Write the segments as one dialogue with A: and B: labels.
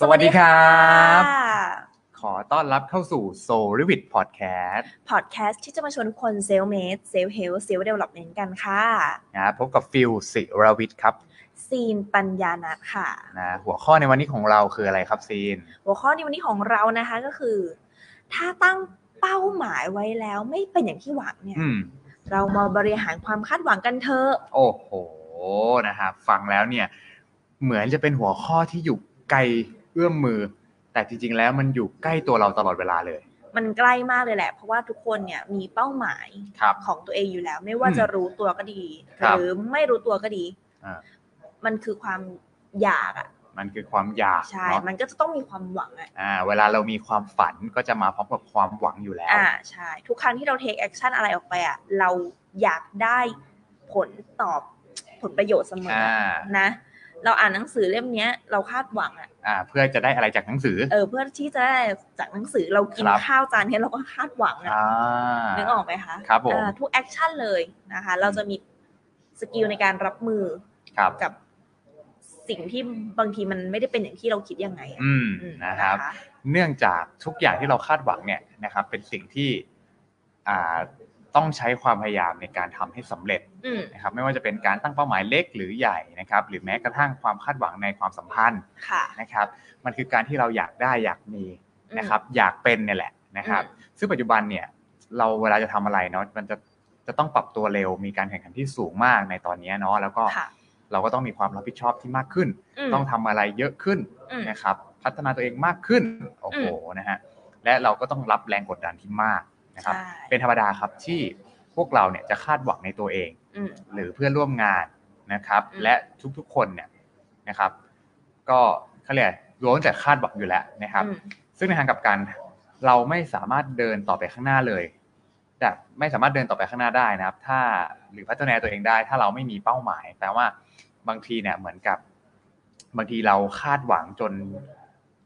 A: สวัสดีครับ
B: ค่ะ
A: ขอต้อนรับเข้าสู่ Soul r e v i t Podcast
B: พอดแคสต์ที่จะมาชวนทุกคนเซลเมดเซลเฮลเซลเดเวล็อปเมนต์กันค่ะ
A: นะพบกับฟิลสิรวิทย์ครับ
B: ซีนปัญญานัทค่ะ
A: นะหัวข้อในวันนี้ของเราคืออะไรครับซีน
B: หัวข้อในวันนี้ของเรานะคะก็คือ ถ้าตั้งเป้าหมายไว้แล้วไม่เป็นอย่างที่หวังเนี่ย
A: อืม
B: เรามาบริหารความคาดหวังกันเถอะ
A: โอ้โหนะครับฟังแล้วเนี่ย เหมือนจะเป็นหัวข้อที่อยู่ไกลเอื้อมมือ แต่จริงๆแล้วมันอยู่ใกล้ตัวเราตลอดเวลาเลย
B: มันใกล้มากเลยแหละ เพราะว่าทุกคนเนี่ยมีเป้าหมาย
A: ครับ
B: ของตัวเองอยู่แล้ว ไม่ว่า
A: อืม
B: จะรู้ตัวก็ดี
A: ครั
B: ห
A: บ
B: รือไม่รู้ตัวก็ดี
A: อ่า
B: มันคือความอยากอ่ะ
A: มันคือความอยาก
B: ใช่
A: เนาะ
B: มันก็จะต้องมีความหวังอ่ะ
A: อ่า เวลาเรามีความฝันก็จะมาพร้อมกับความหวังอยู่แล้ว
B: อ่าใช่ทุกครั้งที่เราเทคแอคชั่นอะไรออกไปอ่ะเราอยากได้ผลตอบผลประโยชน์เสมอ
A: อ่า
B: นะ เราอ่านหนังสือเล่มเนี้ย เราคาดหวังอ่ะ
A: อ่า เพื่อจะได้อะไรจากหนังสือ
B: เออเพื่อที่จะได้จากหนังสือเรากิน
A: ครับ
B: ข้าวจานเนี้ยเราก็คาดหวังอ่ะ
A: อ่า
B: นึกออกไหมคะ
A: ครับผม
B: อ่าทุกแอคชั่นเลยนะคะ เราจะมีสกิลในการรับมือ
A: ครับ
B: กับสิ่งที่บางทีมันไม่ได้เป็นอย่างที่เราคิดยังไงอะ
A: อืม
B: อืม
A: นะครับ เนื่องจากทุกอย่างที่เราคาดหวังเนี่ยนะครับ เป็นสิ่งที่อ่าต้องใช้ความพยายามในการทำให้สำเร็จ
B: อืม
A: นะครับ ไม่ว่าจะเป็นการตั้งเป้าหมายเล็กหรือใหญ่นะครับ หรือแม้กระทั่งความคาดหวังในความสัมพันธ์
B: ค่ะ
A: นะครับ มันคือการที่เราอยากได้อยากมี
B: อืม
A: นะครับ อยากเป็นเนี่ยแหละนะครับ ซึ่งปัจจุบันเนี่ย เราเวลาจะทำอะไรเนาะมันจะจะต้องปรับตัวเร็วมีการแข่งขันที่สูงมากในตอนนี้เนาะแล้วก็
B: ค่ะ
A: เราก็ต้องมีความรับผิดชอบที่มากขึ้น
B: ม
A: ต้องทำอะไรเยอะขึ้น
B: อืม
A: นะครับพัฒนาตัวเองมากขึ้นโอ้โหนะฮะและเราก็ต้องรับแรงกดดันที่มากนะครับ
B: ใช่
A: เป็นธรรมดาครับที่พวกเราเนี่ยจะคาดหวังในตัวเอง
B: อืม
A: หรือเพื่อนร่วมงานนะครับ
B: อืม
A: และทุกๆคนเนี่ยนะครับ ก็เขาเรียกล้วนแต่คาดหวังอยู่แล้วนะครับ
B: อืม
A: ซึ่งในทางกลับกันเราไม่สามารถเดินต่อไปข้างหน้าเลยแต่ไม่สามารถเดินต่อไปข้างหน้าได้นะครับ ถ้าหรือพัฒนาตัวเองได้ ถ้าเราไม่มีเป้าหมายแปลว่าบางทีเนี่ยเหมือนกับ บางทีเราคาดหวังจน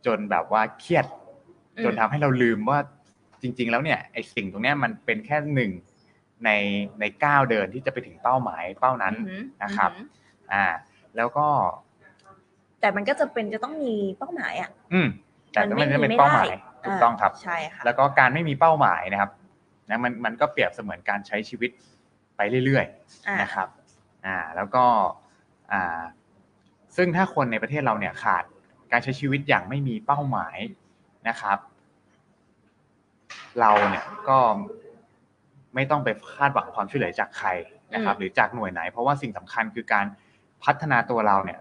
A: จนแบบว่าเครียด
B: อืม
A: จนทำให้เราลืมว่าจริง ๆ แล้วเนี่ยไอสิ่งตรงเนี้ยมันเป็นแค่หนึ่งในในก้าวเดินที่จะไปถึงเป้าหมายเป้านั้น
B: อือหือ
A: นะครับ
B: อือหือ
A: อ่า แล้วก็
B: แต่มันก็จะเป็นจะต้องมีเป้าหมายอ่ะ
A: อืม แต่
B: มันไม่
A: มันจะเป็น
B: มีไม่
A: เป้าหมาย
B: ได้
A: ถูกต้องครับ
B: ใช่ค่ะ
A: แล้วก็การไม่มีเป้าหมายนะครับนะมันมันก็เปรียบเสมือนการใช้ชีวิตไปเรื่อย
B: อ่า
A: ๆนะครับอ่าแล้วก็อ่าซึ่งถ้าคนในประเทศเราเนี่ยขาดการใช้ชีวิตอย่างไม่มีเป้าหมายนะครับ เราเนี่ยก็ไม่ต้องไปคาดหวังความช่วยเหลือจากใครนะครับ
B: อืม
A: หรือจากหน่วยไหน เพราะว่าสิ่งสำคัญคือการพัฒนาตัวเราเนี่ย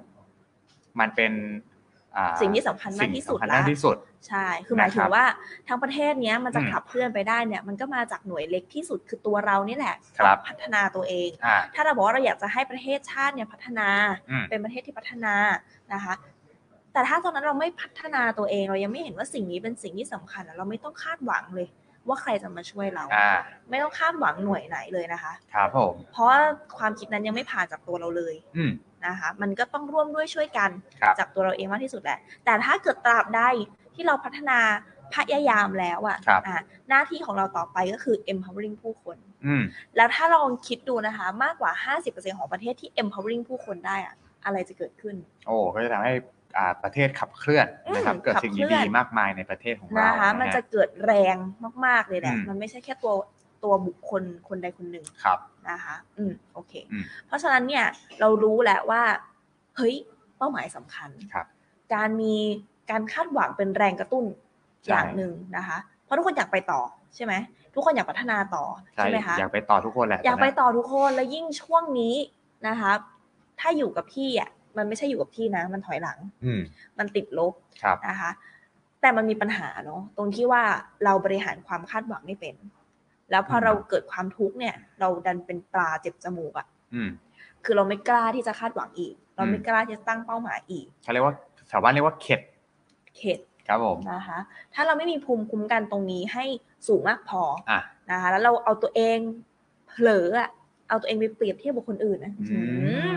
A: มันเป็นอ่า
B: สิ่งที่สำคัญมา
A: สิ่
B: ก
A: ง
B: ที่สุด
A: สำคัญ
B: ละ
A: มากที่สุด
B: ใช่ คือหมายถึ
A: นะครั
B: ง
A: บ
B: ว่าทั้งประเทศเนี้ยมันจะ
A: อืม
B: ขับเคลื่อนไปได้เนี่ย มันก็มาจากหน่วยเล็กที่สุดคือตัวเรานี่แหละ
A: ครับ
B: ต้องพัฒนาตัวเอง
A: อ่า
B: ถ้าเราบอกว่าเราอยากจะให้ประเทศชาติเนี่ยพัฒนา
A: อืม
B: เป็นประเทศที่พัฒนานะคะ แต่ถ้าตอนนั้นเราไม่พัฒนาตัวเองเรายังไม่เห็นว่าสิ่งนี้เป็นสิ่งที่สำคัญอะเราไม่ต้องคาดหวังเลย ว่าใครจะมาช่วยเรา
A: อ่า
B: ไม่ต้องคาดหวังหน่วยไหนเลยนะคะ
A: ครับผม
B: เพราะว่าความคิดนั้นยังไม่ผ่านจากตัวเราเลย
A: อืม
B: นะคะมันก็ต้องร่วมด้วยช่วยกัน
A: ครับ
B: จากตัวเราเองมากที่สุดแหละ แต่ถ้าเกิดตราบใดที่เราพัฒนาพยายามแล้วอะ
A: ครับ
B: อ่ะหน้าที่ของเราต่อไปก็คือ empowering ผู้คน
A: อืม
B: แล้วถ้าเราลองคิดดูนะคะ มากกว่า 50%ของประเทศที่ empowering ผู้คนได้อะอะไรจะเกิดขึ้น
A: โอ้ก็จะทำให้อ่าประเทศขับเคลื่อนนะครับ
B: อืม
A: เกิดสิ่ง
B: ขับเคลื่อ
A: ดี
B: น
A: ๆมากมายในประเทศของเรา
B: นะ
A: นะคะ ฮะ
B: มันจะเกิดแรงมากๆเลยแหละ
A: อืม
B: มันไม่ใช่แค่ตัวตัวบุคคลคนใดคนหนึ่ง
A: ครับ
B: นะคะอืมโอเค
A: อืม
B: เพราะฉะนั้นเนี่ยเรารู้แล้วว่า เฮ้ย เป้าหมายสำคัญ
A: ครับ
B: การมีการคาดหวังเป็นแรงกระตุ้น
A: ใช่
B: อย่างหนึ่งนะคะ เพราะทุกคนอยากไปต่อใช่ไหม ทุกคนอยากพัฒนาต่อ
A: ใช่
B: ใช่ไหมคะ
A: อยากไปต่อทุกคนแหละ
B: อยากไป
A: ตนนั้น
B: ต่อทุกคนแล้วยิ่งช่วงนี้นะคะ ถ้าอยู่กับพี่อ่ะมันไม่ใช่อยู่กับพี่นะ มันถอยหลัง
A: อืม
B: มันติดลบ
A: ครับ
B: นะคะ แต่มันมีปัญหาเนาะตรงที่ว่าเราบริหารความคาดหวังไม่เป็น แล้วพออ
A: ม
B: เราเกิดความทุกข์เนี่ย เราดันเป็นปลาเจ็บจมูกอะ
A: อืม
B: คือเราไม่กล้าที่จะคาดหวังอีก เราไม่
A: อืม
B: กล้าที่จะตั้งเป้าหมายอีก
A: เขาเรียกว่าชาวบ้านเรียกว่าเข็ด
B: เข็ด
A: ครับผม
B: นะคะ ถ้าเราไม่มีภูมิคุ้มกันตรงนี้ให้สูงมากพอ
A: อ่ะ
B: นะคะ แล้วเราเอาตัวเองเผลออะเอาตัวเองไปเปรียบเทียบกับคนอื่นนะ
A: อื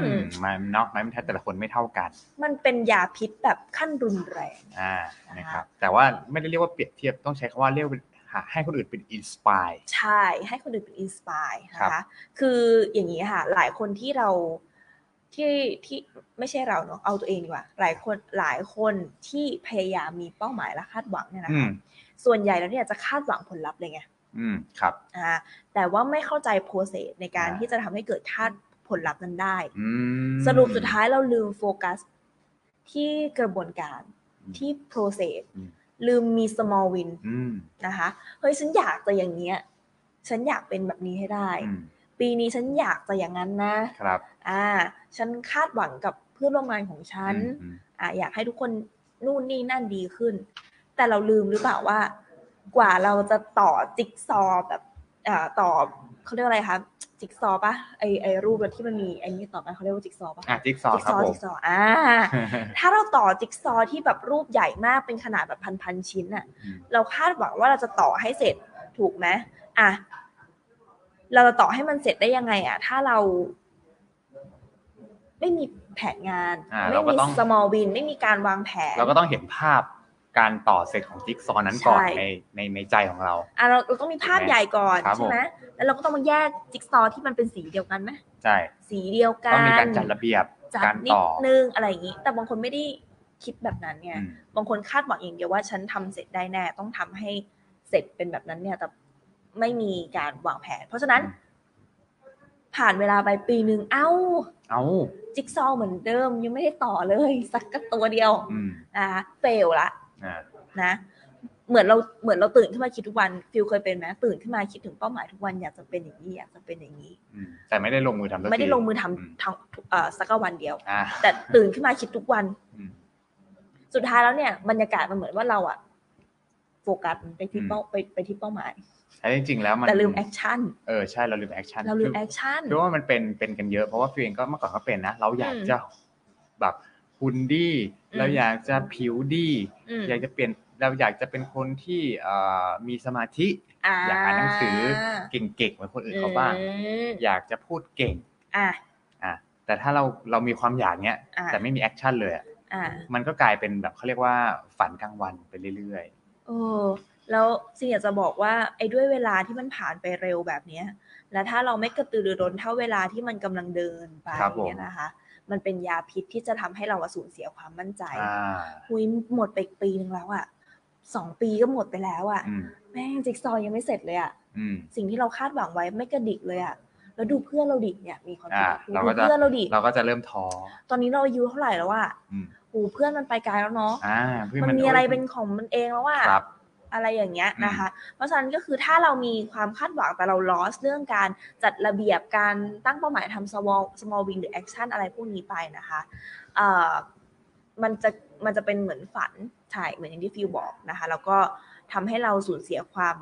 B: อืม
A: มมันเนาะมันแท้แต่ละคนไม่เท่ากัน
B: มันเป็นยาพิษแบบขั้นรุนแรง
A: อ่า นะ
B: อ่า
A: ครับ แต่ว่าไม่ได้เรียกว่าเปรียบเทียบ ต้องใช้คำว่าเรียกว่าหาให้คนอื่นเป็นอินสปาย
B: ใช่ให้คนอื่นเป็นอินสปายนะ
A: ครั
B: คะ
A: บ
B: คืออย่างนี้ค่ะ หลายคนที่เรา ที่ที่ไม่ใช่เราเนาะเอาตัวเองดีกว่า หลายคนหลายคนที่พยายามมีเป้าหมายและคาดหวังเนี่ยนะ
A: อื
B: คะ
A: ม
B: ส่วนใหญ่แล้วเนี่ยจะคาดหวังผลลัพธ์เลยไง
A: อืมครับ
B: อ่าแต่ว่าไม่เข้าใจโปรเซสในการ
A: อ่า
B: ที่จะทำให้เกิดคาดผลลัพธ์นั้นได้
A: อืม
B: สรุปสุดท้ายเราลืมโฟกัสที่กระบวนการ
A: อืม
B: ที่โปรเซส
A: อืม
B: ลืมมี small win
A: อืม
B: นะคะเฮ้ยฉันอยากจะอย่างเนี้ยฉันอยากเป็นแบบนี้ให้ได้
A: อืม
B: ปีนี้ฉันอยากจะอย่างนั้นนะ
A: ครับ
B: อ่า ฉันคาดหวังกับเพื่อนร่วมงานของฉัน
A: อืม
B: อ่า อยากให้ทุกคนนู่นนี่นั่นดีขึ้น แต่เราลืมหรือเปล่าว่า กว่าเราจะต่อจิ๊กซอว์แบบอ่าต่อเขาเรียกอะไรคะจิ๊กซอว์ปะไอไอรูปที่มันมีไอนี้ต่อไปเขาเรียกว่าจิ๊กซอว์ปะ
A: อ่ะจิ๊กซอว์
B: จิ๊ก
A: ครับ
B: ซอว์
A: ผม
B: จิ๊กซอว์อ่า ถ้าเราต่อจิ๊กซอว์ที่แบบรูปใหญ่มากเป็นขนาดแบบพันพันๆชิ้นอะ
A: อืม
B: เราคาดหวังว่าเราจะต่อให้เสร็จถูกไหมอ่ะ เราจะต่อให้มันเสร็จได้ยังไง อ่ะ ถ้าเรา ไม่มีแผนงาน
A: อ่า
B: ไม่
A: เราก็
B: มี
A: ต้อง
B: small win ไม่มีการวางแผน
A: เราก็ต้องเห็นภาพการต่อเสร็จของจิ๊กซอว์นั้นก่อน
B: ใช่
A: ในในในใจของเรา
B: อ่ะเราเราต้องมีภาพใหญ่ก่อน
A: ครับ
B: ใช่ไหมแล้วเราก็ต้องมาแยกจิ๊กซอว์ที่มันเป็นสีเดียวกันไหม
A: ใช่
B: สีเดียวกั
A: ต้องมีกาน รจัดระเบียบ
B: จัด
A: การ
B: นิด
A: ต่อ
B: นึงอะไรอย่างนี้ แต่บางคนไม่ได้คิดแบบนั้นไง
A: อืม
B: บางคนคาดหวังอย่างเดียวว่าฉันทำเสร็จได้แน่ ต้องทำให้เสร็จเป็นแบบนั้นเนี่ย แต่ไม่มีการวางแผน เพราะฉะนั้น
A: อืม
B: ผ่านเวลาไปปีหนึ่งเอ้า
A: เอ้า
B: จิ๊กซอว์เหมือนเดิม ยังไม่ได้ต่อเลย สักกระตัวเดียว
A: อืม
B: นะคะเฟลละ
A: อ่า
B: นะ เหมือนเราเหมือนเราตื่นขึ้นมาคิดทุกวันฟิลเคยเป็นไหมตื่นขึ้นมาคิดถึงเป้าหมายทุกวันอยากจะเป็นอย่างนี้อยากจะเป็นอย่างนี้
A: อืมแต่ไม่ได้ลงมือทำสักที
B: ไม่ได้ลงมือทำ
A: อืม
B: ทั้งเอ่อสักวันเดียว
A: อ่า
B: แต่ตื่นขึ้นมาคิดทุกวัน
A: อืม
B: สุดท้ายแล้วเนี่ยบรรยากาศมันเหมือนว่าเราอะโฟกัสไปที่เป้าไปไปที่เป้าหมาย
A: แต่จริงๆแล้วมัน
B: แต่ลืมแอคชั่น
A: เออใช่เราลืมแอคชั่น
B: เราลืม
A: คือ
B: แอคชั่น
A: เพราะว่ามันเป็นเป็นกันเยอะเพราะว่าฟิวเองก็เมื่อก่อนก็เป็นนะ เราอยาก
B: อืม
A: จะแบบหุ่นดี
B: อืม
A: เราอยากจะผิวดี
B: อืม
A: อยากจะเปลี่ยนเราอยากจะเป็นคนที่เอ่อมีสมาธิ อยากอ่านหนังสือ เก่งๆเหมือนคนอื่นเขาบ้าง
B: ม
A: อยากจะพูดเก่ง
B: อ่ะ
A: แต่ถ้าเราเรามีความอยากเนี้ย
B: อ่ะ
A: แต่ไม่มีแอคชั่นเลยอะ
B: อ่ะ
A: มันก็กลายเป็นแบบเขาเรียกว่าฝันกลางวันไปเรื่อย
B: โอ้แล้วสิงอยากจะบอกว่าไอ้ด้วยเวลาที่มันผ่านไปเร็วแบบเนี้ย และถ้าเราไม่กระตือรือร้นเท่าเวลาที่มันกำลังเดินไปเนี่ยนะคะ มันเป็นยาพิษที่จะทำให้เราอะสูญเสียความมั่นใจ
A: ๆอ่า
B: หุยหมดไปอีกปีนึงแล้วอะสองปีก็หมดไปแล้วอะ
A: อืม
B: แม่งจิ๊กซอว์ยังไม่เสร็จเลยอะ
A: อืม
B: สิ่งที่เราคาดหวังไว้ไม่กระดิกเลยอะแล้วดูเพื่อนเราดิเนี่ยมีความคิด
A: อ่าเราก็
B: ดู
A: จะ
B: เพื่อนเราดิ
A: เราก็จะเริ่มท้อ
B: ตอนนี้เราอายุเท่าไหร่แล้วอะ
A: อืม
B: โอ้เพื่อนมันไปไกลแล้วเนาะ
A: อ่าเพื่
B: มันมีอะไรเป็นของมันเองแล้วอะ
A: ครับ
B: อะไรอย่างเงี้ย
A: อืม
B: นะคะ เพราะฉะนั้นก็คือถ้าเรามีความคาดหวังแต่เราลอสเรื่องการจัดระเบียบการตั้งเป้าหมายทำ small small win หรือ action อะไรพวกนี้ไปนะคะเอ่อมันจะมันจะเป็นเหมือนฝันใช่เหมือนอย่างที่ฟิวบอกนะคะ แล้วก็ทำให้เราสูญเสียความ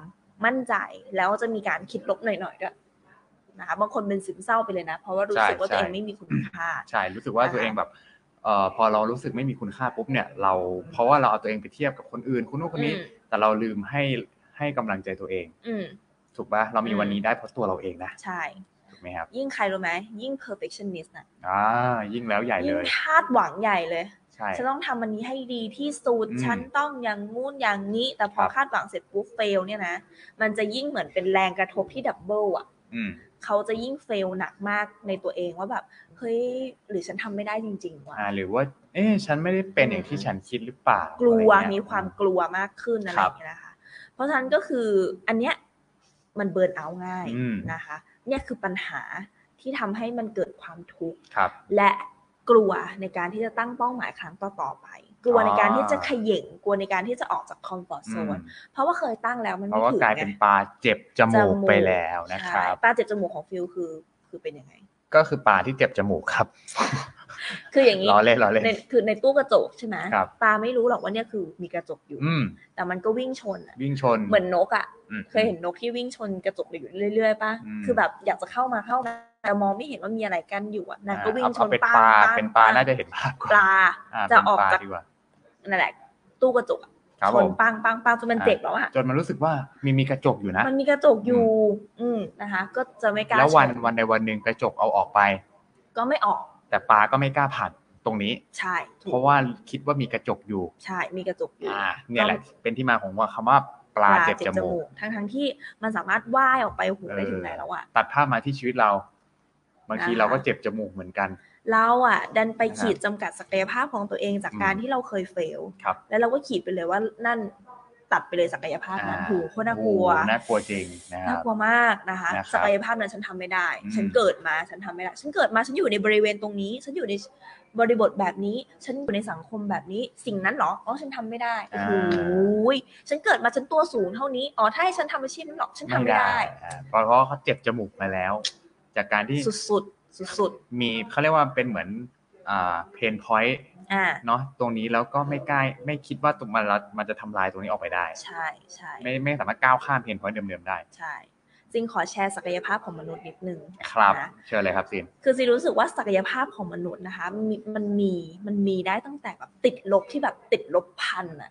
B: มั่นใจ แล้วจะมีการคิดลบหน่อยๆด้วยนะคะบางคนเป็นซึมเศร้าไปเลยนะ เพราะว่ารู้สึกว่าตัวเองไม่มีคุณค่า
A: ใช่รู้สึกว่า
B: อ่า
A: ตัวเองแบบเอ่อพอเรารู้สึกไม่มีคุณค่าปุ๊บเนี่ย เราเพราะว่าเราเอาตัวเองไปเทียบกับคนอื่นคนนู้นคนนี้
B: อืม
A: แต่เราลืมให้ให้กำลังใจตัวเอง
B: อืม
A: ถูกปะเรามี
B: อืม
A: วันนี้ได้เพราะตัวเราเองนะ
B: ใช่
A: ถูกไหมครับ
B: ยิ่งใครรู้ไหมยิ่ง perfectionist นะ
A: อ่ายิ่งแล้วใหญ่เล
B: ยิ่ง
A: ย
B: คาดหวังใหญ่เลย
A: ใช่
B: ฉันต้องทำอันนี้ให้ดีที่สุด
A: อืม
B: ฉันต้องอย่างงู้นอย่างนี้ แต่พอ
A: ครับ
B: คาดหวังเสร็จปุ๊บเฟลเนี่ยนะ มันจะยิ่งเหมือนเป็นแรงกระทบที่ดับเบิลอ่ะ
A: อืม
B: เขาจะยิ่งเฟลหนักมากในตัวเองว่าแบบ เฮ้ย หรือฉันทำไม่ได้จริง ๆว่ะ
A: อ่าหรือว่า เอ๊ะฉันไม่ได้เป็น
B: อืม
A: อย่างที่ฉันคิดหรือเปล่าก ก
B: ลัวมีความกลัวมากขึ้นอะไร
A: ค
B: อ
A: รับ
B: ย่างเงี้ยนะคะ เพราะฉะนั้นก็คืออันเนี้ยมันเบิร์นเอาท์ง่าย
A: อืม
B: นะคะ เนี่ยคือปัญหาที่ทำให้มันเกิดความทุกข์
A: ครับ
B: และกลัวในการที่จะตั้งเป้าหมายครั้งต่อๆไป กลัวในการที่จะเขย่งกลัวในการที่จะออกจากคอมฟอร์ทโซ
A: อืม
B: นเพราะว่าเคยตั้งแล้วมัน
A: เพ
B: ไม่
A: ราะว่า
B: ถึง
A: กลายเป็นปลาเจ็บจมูกไปแล้วนะครับ
B: ใช่ปลาเจ็บจมูกของฟิลคือคือเป็นยังไง
A: ก็คือปลาที่เจ็บจมูกครับ
B: คืออย่างนี้
A: ล้อเล่นล้อเล่น
B: ในคือในตู้กระจกใช่ไหม
A: ครับ
B: ปลาไม่รู้หรอกว่าเนี่ยคือมีกระจกอยู่
A: อืม
B: แต่มันก็วิ่งชนอะ
A: วิ่งชน
B: เหมือนนกอ่ะ
A: อืม
B: เคยเห็นนกที่วิ่งชนกระจกอยู่เรื่อยๆป่ะ
A: อืม
B: คือแบบอยากจะเข้ามาเข้ามาแต่มองไม่เห็นว่ามีอะไรกันอยู่อะนางก็วิ่ง
A: อ่า
B: ช
A: เอา
B: น
A: เป็น
B: ปลา
A: ปลาเป็นปลาน่าจะเห็นภาพก
B: ป
A: ว่า
B: ลา
A: อ่า
B: จะ
A: เป็น
B: ออก
A: ปลา
B: จาก
A: ดีกว่า
B: นั่นแหละ ตู้กระจกอะ
A: ครับ
B: ช
A: ผ
B: น
A: ม
B: ปังปังปังจนมัน
A: อ่า
B: เจ็บแล้วอะ
A: จนมันรู้สึกว่ามีมีกระจกอยู่นะ
B: มันมีกระจกอยู่ อืมนะคะ ก็จะไม่กล้า
A: แล้ววัน
B: ช
A: วันในวันหนึ่งกระจกเอาออกไป
B: ก็ไม่ออก
A: แต่ปลาก็ไม่กล้าผ่านตรงนี้
B: ใช่ถูก
A: เพราะว่าคิดว่ามีกระจกอยู่
B: ใช่มีกระจกอยู่
A: อ่า เนี่ยแหละเป็นที่มาของว่าคำว่าปลาเจ็บจมูก
B: ทั้งทั้งที่มันสามารถว่ายออกไปหูไป
A: เออ
B: ถึงไหนแล้วอะ
A: ตัดภาพมาที่ชีวิตเรา บางที
B: อ่า
A: เราก็เจ็บจมูกเหมือนกัน
B: เราอ่ะ ดันไป
A: ครับ
B: ขีดจำกัดศักยภาพของตัวเองจากการ
A: อืม
B: ที่เราเคยเฟล
A: ครับ
B: แล้วเราก็ขีดไปเลยว่านั่นตัดไปเลยศักยภาพนั้น
A: อ่า
B: โหูโคตรน่ากลัว
A: โอ้โหน่ากลัวจริงนะ
B: น่า
A: ครับ
B: กลัวมากนะคะ
A: นะครับ
B: ศักยภาพนั้นฉันทำไม่ได้
A: อืม
B: ฉันเกิดมาฉันทำไม่ได้ ฉันเกิดมาฉันอยู่ในบริเวณตรงนี้ ฉันอยู่ในบริบทแบบนี้ ฉันอยู่ในสังคมแบบนี้ สิ่งนั้นเหรออ๋อฉันทำไม่ได้โอ้
A: อ่า
B: โหยฉันเกิดมาฉันตัวสูงเท่านี้อ๋อถ้าให้ฉันทำอาชีพนั้นเหรอฉันทำไม่ได้
A: อ่าเพราะเพราะเขาเจ็บจมูกมาแล้ว จากการที่
B: สุดสุดสุดสุด
A: มีเขาเรียกว่าเป็นเหมือนอ่าเพนพอยต์
B: ๆอ่า
A: เนาะตรงนี้แล้วก็ไม่กล้าไม่คิดว่าตรงมันละมันจะทำลายตรงนี้ออกไปได้
B: ใช่ใช่
A: ไม่ไม่สามารถก้าวข้ามเพนพอยต์เดิมๆได้
B: ใช่ซิงขอแชร์ศักยภาพของมนุษย์นิดนึง
A: ครับ
B: นะ
A: เชิญเลยครับซิน
B: คือซีรู้สึกว่าศักยภาพของมนุษย์นะคะมันมีมันมีมันมีได้ตั้งแต่แบบติดลบที่แบบติดลบพันอะ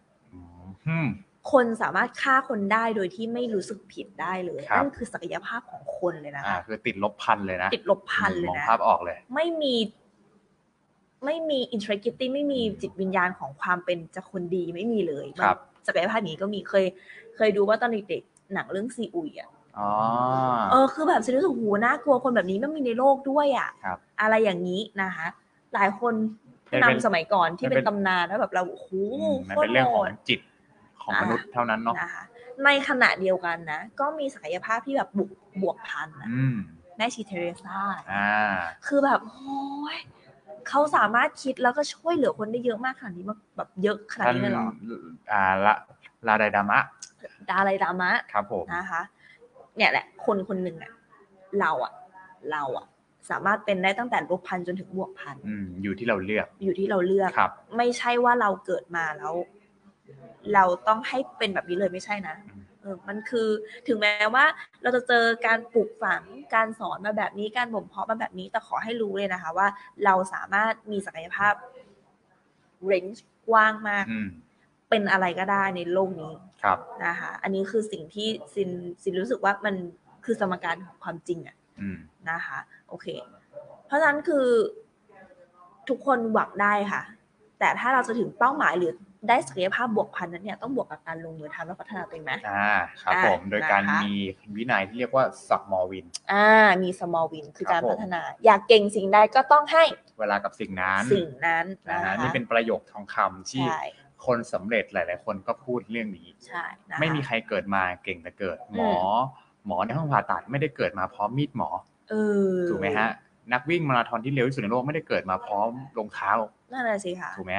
A: อืม
B: คนสามารถฆ่าคนได้โดยที่ไม่รู้สึกผิดได้เลย
A: ครับ
B: นั่นคือศักยภาพของคนเลยนะ
A: อ่า
B: คะ
A: คือติดลบพันเลยนะ
B: ติดลบพันเลย
A: มอง
B: นะ
A: ภาพออกเลย
B: ไม่มีไม่มีอินทรกิตี้ไม่มีจิตวิญญาณของความเป็นจะคนดีไม่มีเลย
A: ครับ
B: มันศักยภาพนี้ก็มีเคย เคยดูว่าตอนเด็กๆหนังเรื่องซีอุยอ่ะ
A: อ๋อ
B: เออคือแบบฉันรู้สึกหูน่ากลัวคนแบบนี้ไม่มีในโลกด้วยอ่ะ
A: ครับ
B: อะไรอย่างนี้นะคะ หลายคนผู้
A: มันเป็น
B: นำสมัยก่อนที่
A: มันเป็
B: เป็น นตำนานแล้วแบบเราโอ้โห
A: มมัน
B: โค
A: เป็
B: ต
A: น
B: ร
A: เรื่อง
B: โห
A: ของ
B: ด
A: จิตของมนุษย์เท่านั้นเนาะ
B: นะคะในขณะเดียวกันนะ ก็มีศักยภาพที่แบบบวกบวกพันนะ
A: อืม
B: แม่ชีเทเรซ่า
A: อ่า
B: คือแบบโอ้ยเขาสามารถคิดแล้วก็ช่วยเหลือคนได้เยอะมากขนาดนี้มาแบบเยอะขนาด
A: ท่าน
B: นี้เลยเหรอ
A: อ่าละลาไดดามะ
B: ดาไลดามะ
A: ครับผม
B: นะคะ เนี่ยแหละ คนคนหนึ่งอะเราอะเราอะสามารถเป็นได้ตั้งแต่ลบพันจนถึงบวกพัน
A: อืม อยู่ที่เราเลือก
B: อยู่ที่เราเลือก
A: ครับ
B: ไม่ใช่ว่าเราเกิดมาแล้ว เราต้องให้เป็นแบบนี้เลยไม่ใช่นะ
A: อืม
B: เออมันคือถึงแม้ว่าเราจะเจอการปลูกฝังการสอนมาแบบนี้การบ่มเพาะมาแบบนี้แต่ขอให้รู้เลยนะคะ ว่าเราสามารถมีศักยภาพเรนจ์กว้างมาก
A: อืม
B: เป็นอะไรก็ได้ในโลกนี้
A: ครับ
B: นะคะอันนี้คือสิ่งที่ซินซินรู้สึกว่ามันคือสมการของความจริงอะ
A: อืม
B: นะคะโอเค เพราะฉะนั้นคือทุกคนหวังได้ค่ะ แต่ถ้าเราจะถึงเป้าหมายหรือได้ศักยภาพบวกพันนั้นเนี่ยต้องบวกกับการลงมือทำและพัฒนาตัวเองนะ
A: อ่า ครับ
B: อ่ะ
A: ผม โดยการ
B: นะคะ
A: มีวินัยที่เรียกว่าสักมอวิน
B: อ่ามี small win คือ
A: ครั
B: กา
A: บ
B: ร
A: ผม
B: พัฒนา อยากเก่งสิ่งใดก็ต้องให้
A: เวลากับสิ่งนั้น
B: สิ่งนั้น
A: นะ
B: นะคะ
A: ฮะนี่เป็นประโยคทองคำที่
B: ใช่
A: คนสำเร็จหลาย ๆ คนก็พูดเรื่องนี้
B: ใช่นะคะ
A: ไม่มีใครเกิดมาเก่งแต่เกิด หมอ
B: อื
A: หมอในห้องผ่าตัดไม่ได้เกิดมาพร้อมมีดหมอ
B: เออ
A: ถูกไหมฮะ นักวิ่งมาราธอนที่เร็วที่สุดในโลกไม่ได้เกิดมาพร้อมรองเท้า
B: นั่นแหละสิค่ะ
A: ถูกไหม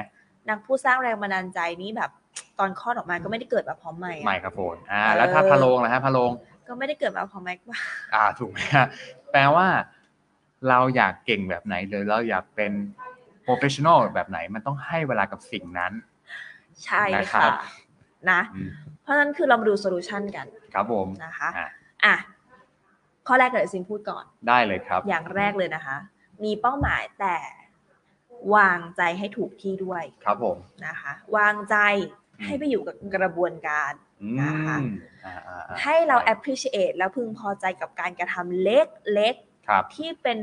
B: นักผู้สร้างแรงบันดาลใจนี้แบบตอนคลอดออกมาก็ไม่ได้เกิดมาพร้อมไหมค์อะ
A: ไมโครโฟนอ่า แล้วถ้าพะโลงนะฮะพะโลง
B: ก็ไม่ได้เกิดมาพร้อมไหมค์ว่า
A: อ่าถูกไหม ฮะแปลว่าเราอยากเก่งแบบไหนเลยเราอยากเป็นโปรเฟชชั่นอลแบบไหน มันต้องให้เวลากับสิ่งนั้น
B: ใช่
A: นะครั
B: ค่ะ
A: บ
B: นะ
A: อืม
B: เพราะฉะนั้นคือเรามาดูโซลูชันกัน
A: ครับผม
B: นะคะ
A: อ่ะ
B: อ่ะ ข้อแรกเลยซินพูดก่อน
A: ได้เลยครับ
B: อย่างแรกเลยนะคะ มีเป้าหมายแต่วางใจให้ถูกที่ด้วย
A: ครับผม
B: นะคะ วางใจ
A: อืม
B: ให้ไปอยู่กับกระบวนการ
A: อื
B: นะคะ
A: มอ่าอ่าอ่า
B: ให้เรา appreciate และพึงพอใจกับการกระทำเล็ก
A: ครับ
B: ๆ ที่เป็น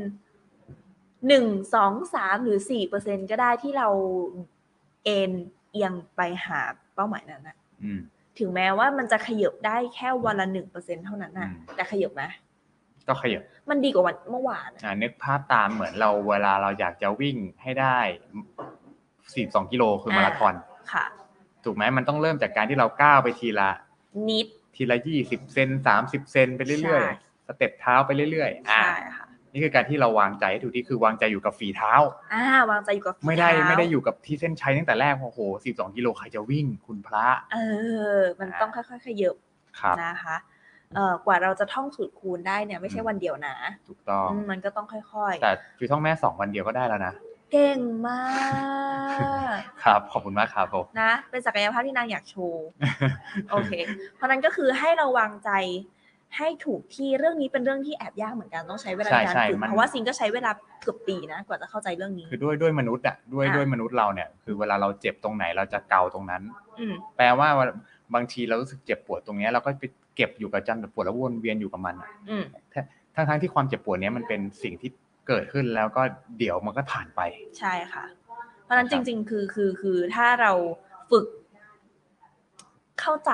B: หนึ่งสองสามหรือสี่เปอร์เซ็นก็ได้ที่เราเอ็นเอียงไปหาเป้าหมายนั้นนะ
A: อืม
B: ถึงแม้ว่ามันจะขยบได้แค่วันละหนึ่งเปอร์เซ็นเท่านั้นนะ
A: อืม
B: แต่ขยบไหม
A: ก็ขยับ
B: มันดีกว่าวันเมื่อวานอะ
A: อ่านึกภาพตามเหมือนเราเวลาเราอยากจะวิ่งให้ได้สี่สองกิโลคือมาราธอน
B: ค่ะ
A: ถูกไหมมันต้องเริ่มจากการที่เราก้าวไปทีละ
B: นิด
A: ทีละยี่สิบเซนสามสิบเซนไปเรื่อย
B: ใช่
A: ๆ สเต็ปเท้าไปเรื่อยๆอ่า
B: ใช่ค่ะ
A: นี่คือการที่เราวางใจให้ถูกที่คือวางใจอยู่กับฝีเท้า
B: อ่าวางใจอยู่กับฝี
A: ไม่ได้
B: เท้า
A: ไม่ได้อยู่กับที่เส้นชัยตั้งแต่แรกโอ้โห12กิโลใครจะวิ่งคุณพระ
B: เออ มันต้องค่อยๆขยับ
A: ครับ
B: นะคะเอ่อกว่าเราจะท่องสูตรคูณได้เนี่ย ไม่ใช่วันเดียวนะ
A: ถูกต้อง
B: อืมมันก็ต้องค่อย
A: แต่ฟิวท่องแม่ 2 วันเดียวก็ได้แล้วนะ
B: ๆ เก่งมาก
A: ครับ ขอบคุณมากครับผม
B: นะ เป็นศักยภาพที่นางอยากโช ว์โอเค เพราะนั้นก็คือให้เราวางใจให้ถูกที่เรื่องนี้เป็นเรื่องที่แอบยากเหมือนกันต้องใช้เวลาในการฝึกเพราะว่าซินก็ใช้เวลาเกือบปีนะ กว่าจะเข้าใจเรื่องนี้
A: คือด้วยด้วยมนุษย์อ่ะด้วย
B: อ่ะ
A: ด้วยมนุษย์เราเนี่ย คือเวลาเราเจ็บตรงไหนเราจะเกาตรงนั้น
B: อืม
A: แปลว่าบางทีเรารู้สึกเจ็บปวดตรงเนี้ยเราก็ไปเก็บอยู่กับจันทร์ปวดแล้ววนเวียนอยู่กับมันอะ
B: อืม
A: ทั้งทั้งที่ความเจ็บปวดเนี้ยมันเป็นสิ่งที่เกิดขึ้นแล้วก็เดี๋ยวมันก็ผ่านไป
B: ใช่ค่ะ เพราะฉะนั้น
A: นะค
B: จ
A: รับ
B: ริง ๆ คือคือคือถ้าเราฝึกเข้าใจ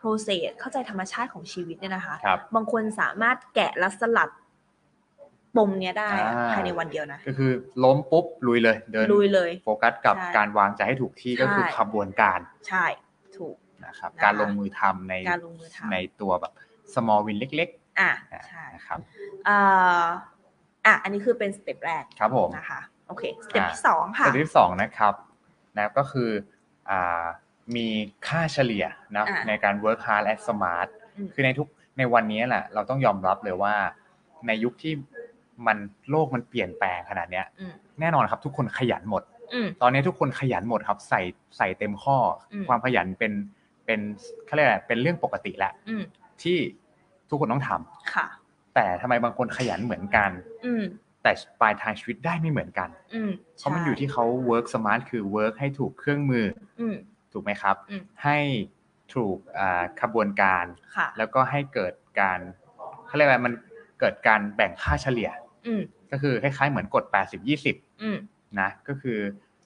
B: process เข้าใจธรรมชาติของชีวิตเนี่ยนะคะ
A: ครับ
B: บางคนสามารถแกะและสลัด ปมเนี้ยได้อะ
A: อ่า
B: ภายในวันเดียวนะ
A: ก็คือล้มปุ๊บลุยเลย เดิน
B: ลุยเลย
A: โฟกัสกับ
B: ใช่
A: การวางใจให้ถูกที่ก็คือ
B: ใช่
A: ขบวนการ
B: ใช่ถูก
A: นะครับ
B: นะคะ
A: การลงมือทำใน
B: การลงมือทำ
A: ในตัวแบบ small win เล็ก
B: อ่ะใช่
A: ๆนะครับ
B: เอ่ออ่ะอันนี้คือเป็นสเต็ปแรก
A: ครับผม
B: นะคะโอเคสเต็ป
A: อ่า
B: ที่สอง
A: ส
B: ค่ะ
A: เต็ปที่สองนะครับนะครับก็คืออ่ามีค่าเฉลี่ยนะ
B: อ่า
A: ในการ work hard และ smart
B: อืม
A: คือในทุกในวันนี้แหละเราต้องยอมรับเลยว่า ในยุคที่มันโลกมันเปลี่ยนแปลงขนาดเนี้ย
B: อืม
A: แน่นอนครับ ทุกคนขยันหมด
B: อืม
A: ตอนนี้ทุกคนขยันหมดครับ ใส่ใส่เต็มข้ออ
B: ม
A: ความขยันเป็นเป็นเขาเรียกอะไรเป็นเรื่องปกติแหละ
B: อืม
A: ที่ทุกคนต้องทำ
B: ค่ะ
A: แต่ทำไมบางคนขยันเหมือนกัน
B: อืม
A: แต่ปลายทางชีวิตได้ไม่เหมือนกัน
B: อืม
A: เพราะมันอยู่
B: ใช่
A: ที่เขา work smart คือ work ให้ถูกเครื่องมือ
B: อืม
A: ถูกไหมครับ
B: อืม
A: ให้ถูกอ่าขบวนการ
B: ค่ะ
A: แล้วก็ให้เกิดการเขาเรียกว่ามันเกิดการแบ่งค่าเฉลี่ย
B: อืม
A: ก็คือคล้ายๆเหมือนกด 80
B: อืม
A: 20 นะ ก็คือ